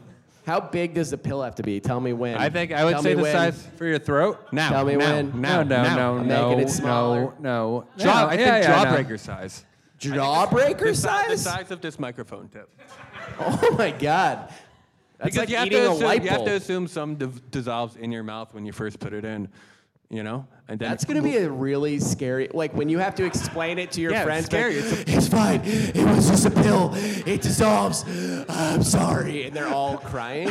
[SPEAKER 3] How big does the pill have to be? Tell me when.
[SPEAKER 4] I think I would
[SPEAKER 3] Tell
[SPEAKER 4] say
[SPEAKER 3] me
[SPEAKER 4] the
[SPEAKER 3] when.
[SPEAKER 4] size for your throat. Now,
[SPEAKER 3] Tell me
[SPEAKER 4] now,
[SPEAKER 3] when.
[SPEAKER 4] Now,
[SPEAKER 5] no,
[SPEAKER 4] now.
[SPEAKER 5] no,
[SPEAKER 3] I'm
[SPEAKER 5] no,
[SPEAKER 3] making it smaller.
[SPEAKER 5] no, no.
[SPEAKER 4] Jaw, I
[SPEAKER 5] Yeah,
[SPEAKER 4] think
[SPEAKER 5] yeah, I know.
[SPEAKER 4] jawbreaker size.
[SPEAKER 3] Jawbreaker
[SPEAKER 4] The si- The
[SPEAKER 3] size?
[SPEAKER 4] size of this microphone tip.
[SPEAKER 3] Oh my god. That's like
[SPEAKER 4] you, have
[SPEAKER 3] eating
[SPEAKER 4] to
[SPEAKER 3] a
[SPEAKER 4] assume,
[SPEAKER 3] light
[SPEAKER 4] you have
[SPEAKER 3] bulb.
[SPEAKER 4] to assume some div- dissolves in your mouth when you first put it in, you know? And then
[SPEAKER 3] That's gonna be a really scary. Like when you have to explain it to your
[SPEAKER 4] Yeah, it's
[SPEAKER 3] friends.
[SPEAKER 4] scary.
[SPEAKER 3] like,
[SPEAKER 4] It's
[SPEAKER 3] it's fine. It was just a pill. It dissolves. I'm sorry, and they're all crying.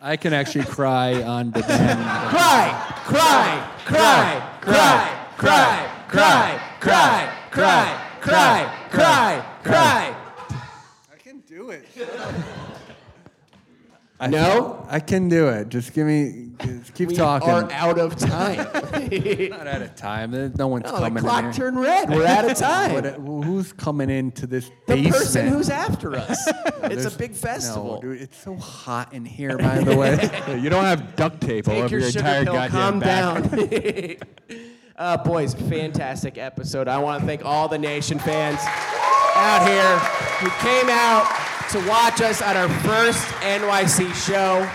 [SPEAKER 5] I can actually cry on demand.
[SPEAKER 3] cry, cry, cry, cry, cry, cry, cry, cry, cry, cry, cry.
[SPEAKER 5] I can do it.
[SPEAKER 3] No,
[SPEAKER 5] I can do it. Just give me. Just keep
[SPEAKER 3] we
[SPEAKER 5] talking.
[SPEAKER 3] are out of time.
[SPEAKER 5] Not out of time. There's No one's
[SPEAKER 3] No,
[SPEAKER 5] coming
[SPEAKER 3] the
[SPEAKER 5] in
[SPEAKER 3] clock
[SPEAKER 5] here.
[SPEAKER 3] turned red. We're out of time.
[SPEAKER 5] What- who's coming into this
[SPEAKER 3] the
[SPEAKER 5] basement?
[SPEAKER 3] person who's after us. it's a
[SPEAKER 5] There's-
[SPEAKER 3] big festival.
[SPEAKER 5] No, dude, it's so hot in here, by the way.
[SPEAKER 4] You don't have duct tape all
[SPEAKER 3] Take
[SPEAKER 4] over
[SPEAKER 3] your,
[SPEAKER 4] your,
[SPEAKER 3] sugar
[SPEAKER 4] entire
[SPEAKER 3] pill.
[SPEAKER 4] goddamn
[SPEAKER 3] Calm
[SPEAKER 4] back.
[SPEAKER 3] down. uh, boys, fantastic episode. I want to thank all the Nation fans out here who came out to watch us at our first NYC show.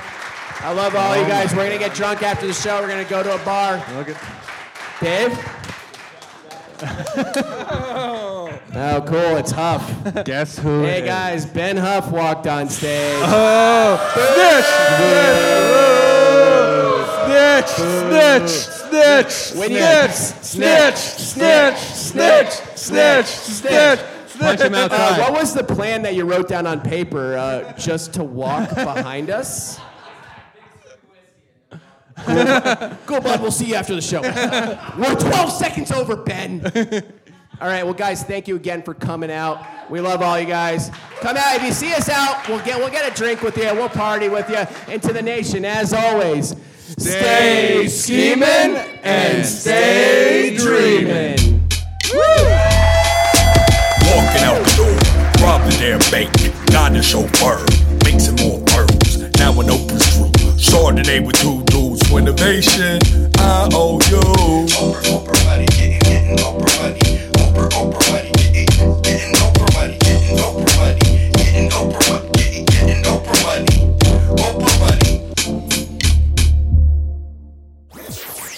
[SPEAKER 3] I love all you guys. We're gonna get drunk after the show. We're gonna go to a bar. Dave. oh, cool. It's Huff.
[SPEAKER 4] Guess who?
[SPEAKER 3] Hey
[SPEAKER 4] it is.
[SPEAKER 3] guys, Ben Huff walked on stage.
[SPEAKER 5] snitch, snitch, snitch,
[SPEAKER 3] When you-
[SPEAKER 5] snitch, snitch, snitch, snitch, snitch, snitch, snitch.
[SPEAKER 4] Punch him
[SPEAKER 3] Uh,
[SPEAKER 4] outside.
[SPEAKER 3] what was the plan that you wrote down on paper uh, just to walk behind us? Go, bud. We'll see you after the show. We're 12 seconds over, Ben. All right, well, guys, thank you again for coming out. We love all you guys. Come out if you see us out. We'll get we'll get a drink with you. We'll party with you. And to the nation, as always, stay, scheming and stay dreaming.
[SPEAKER 2] Walking out the door, robbing their bank, got the chauffeur, mixing more pearls. Now an open screw. Chardonnay with two dudes for innovation. I owe you. Oprah, Oprah money, getting, getting Oprah money. Oprah, Oprah money, getting, getting Oprah money, getting Oprah money, getting Oprah money, getting, getting Oprah money, Oprah money.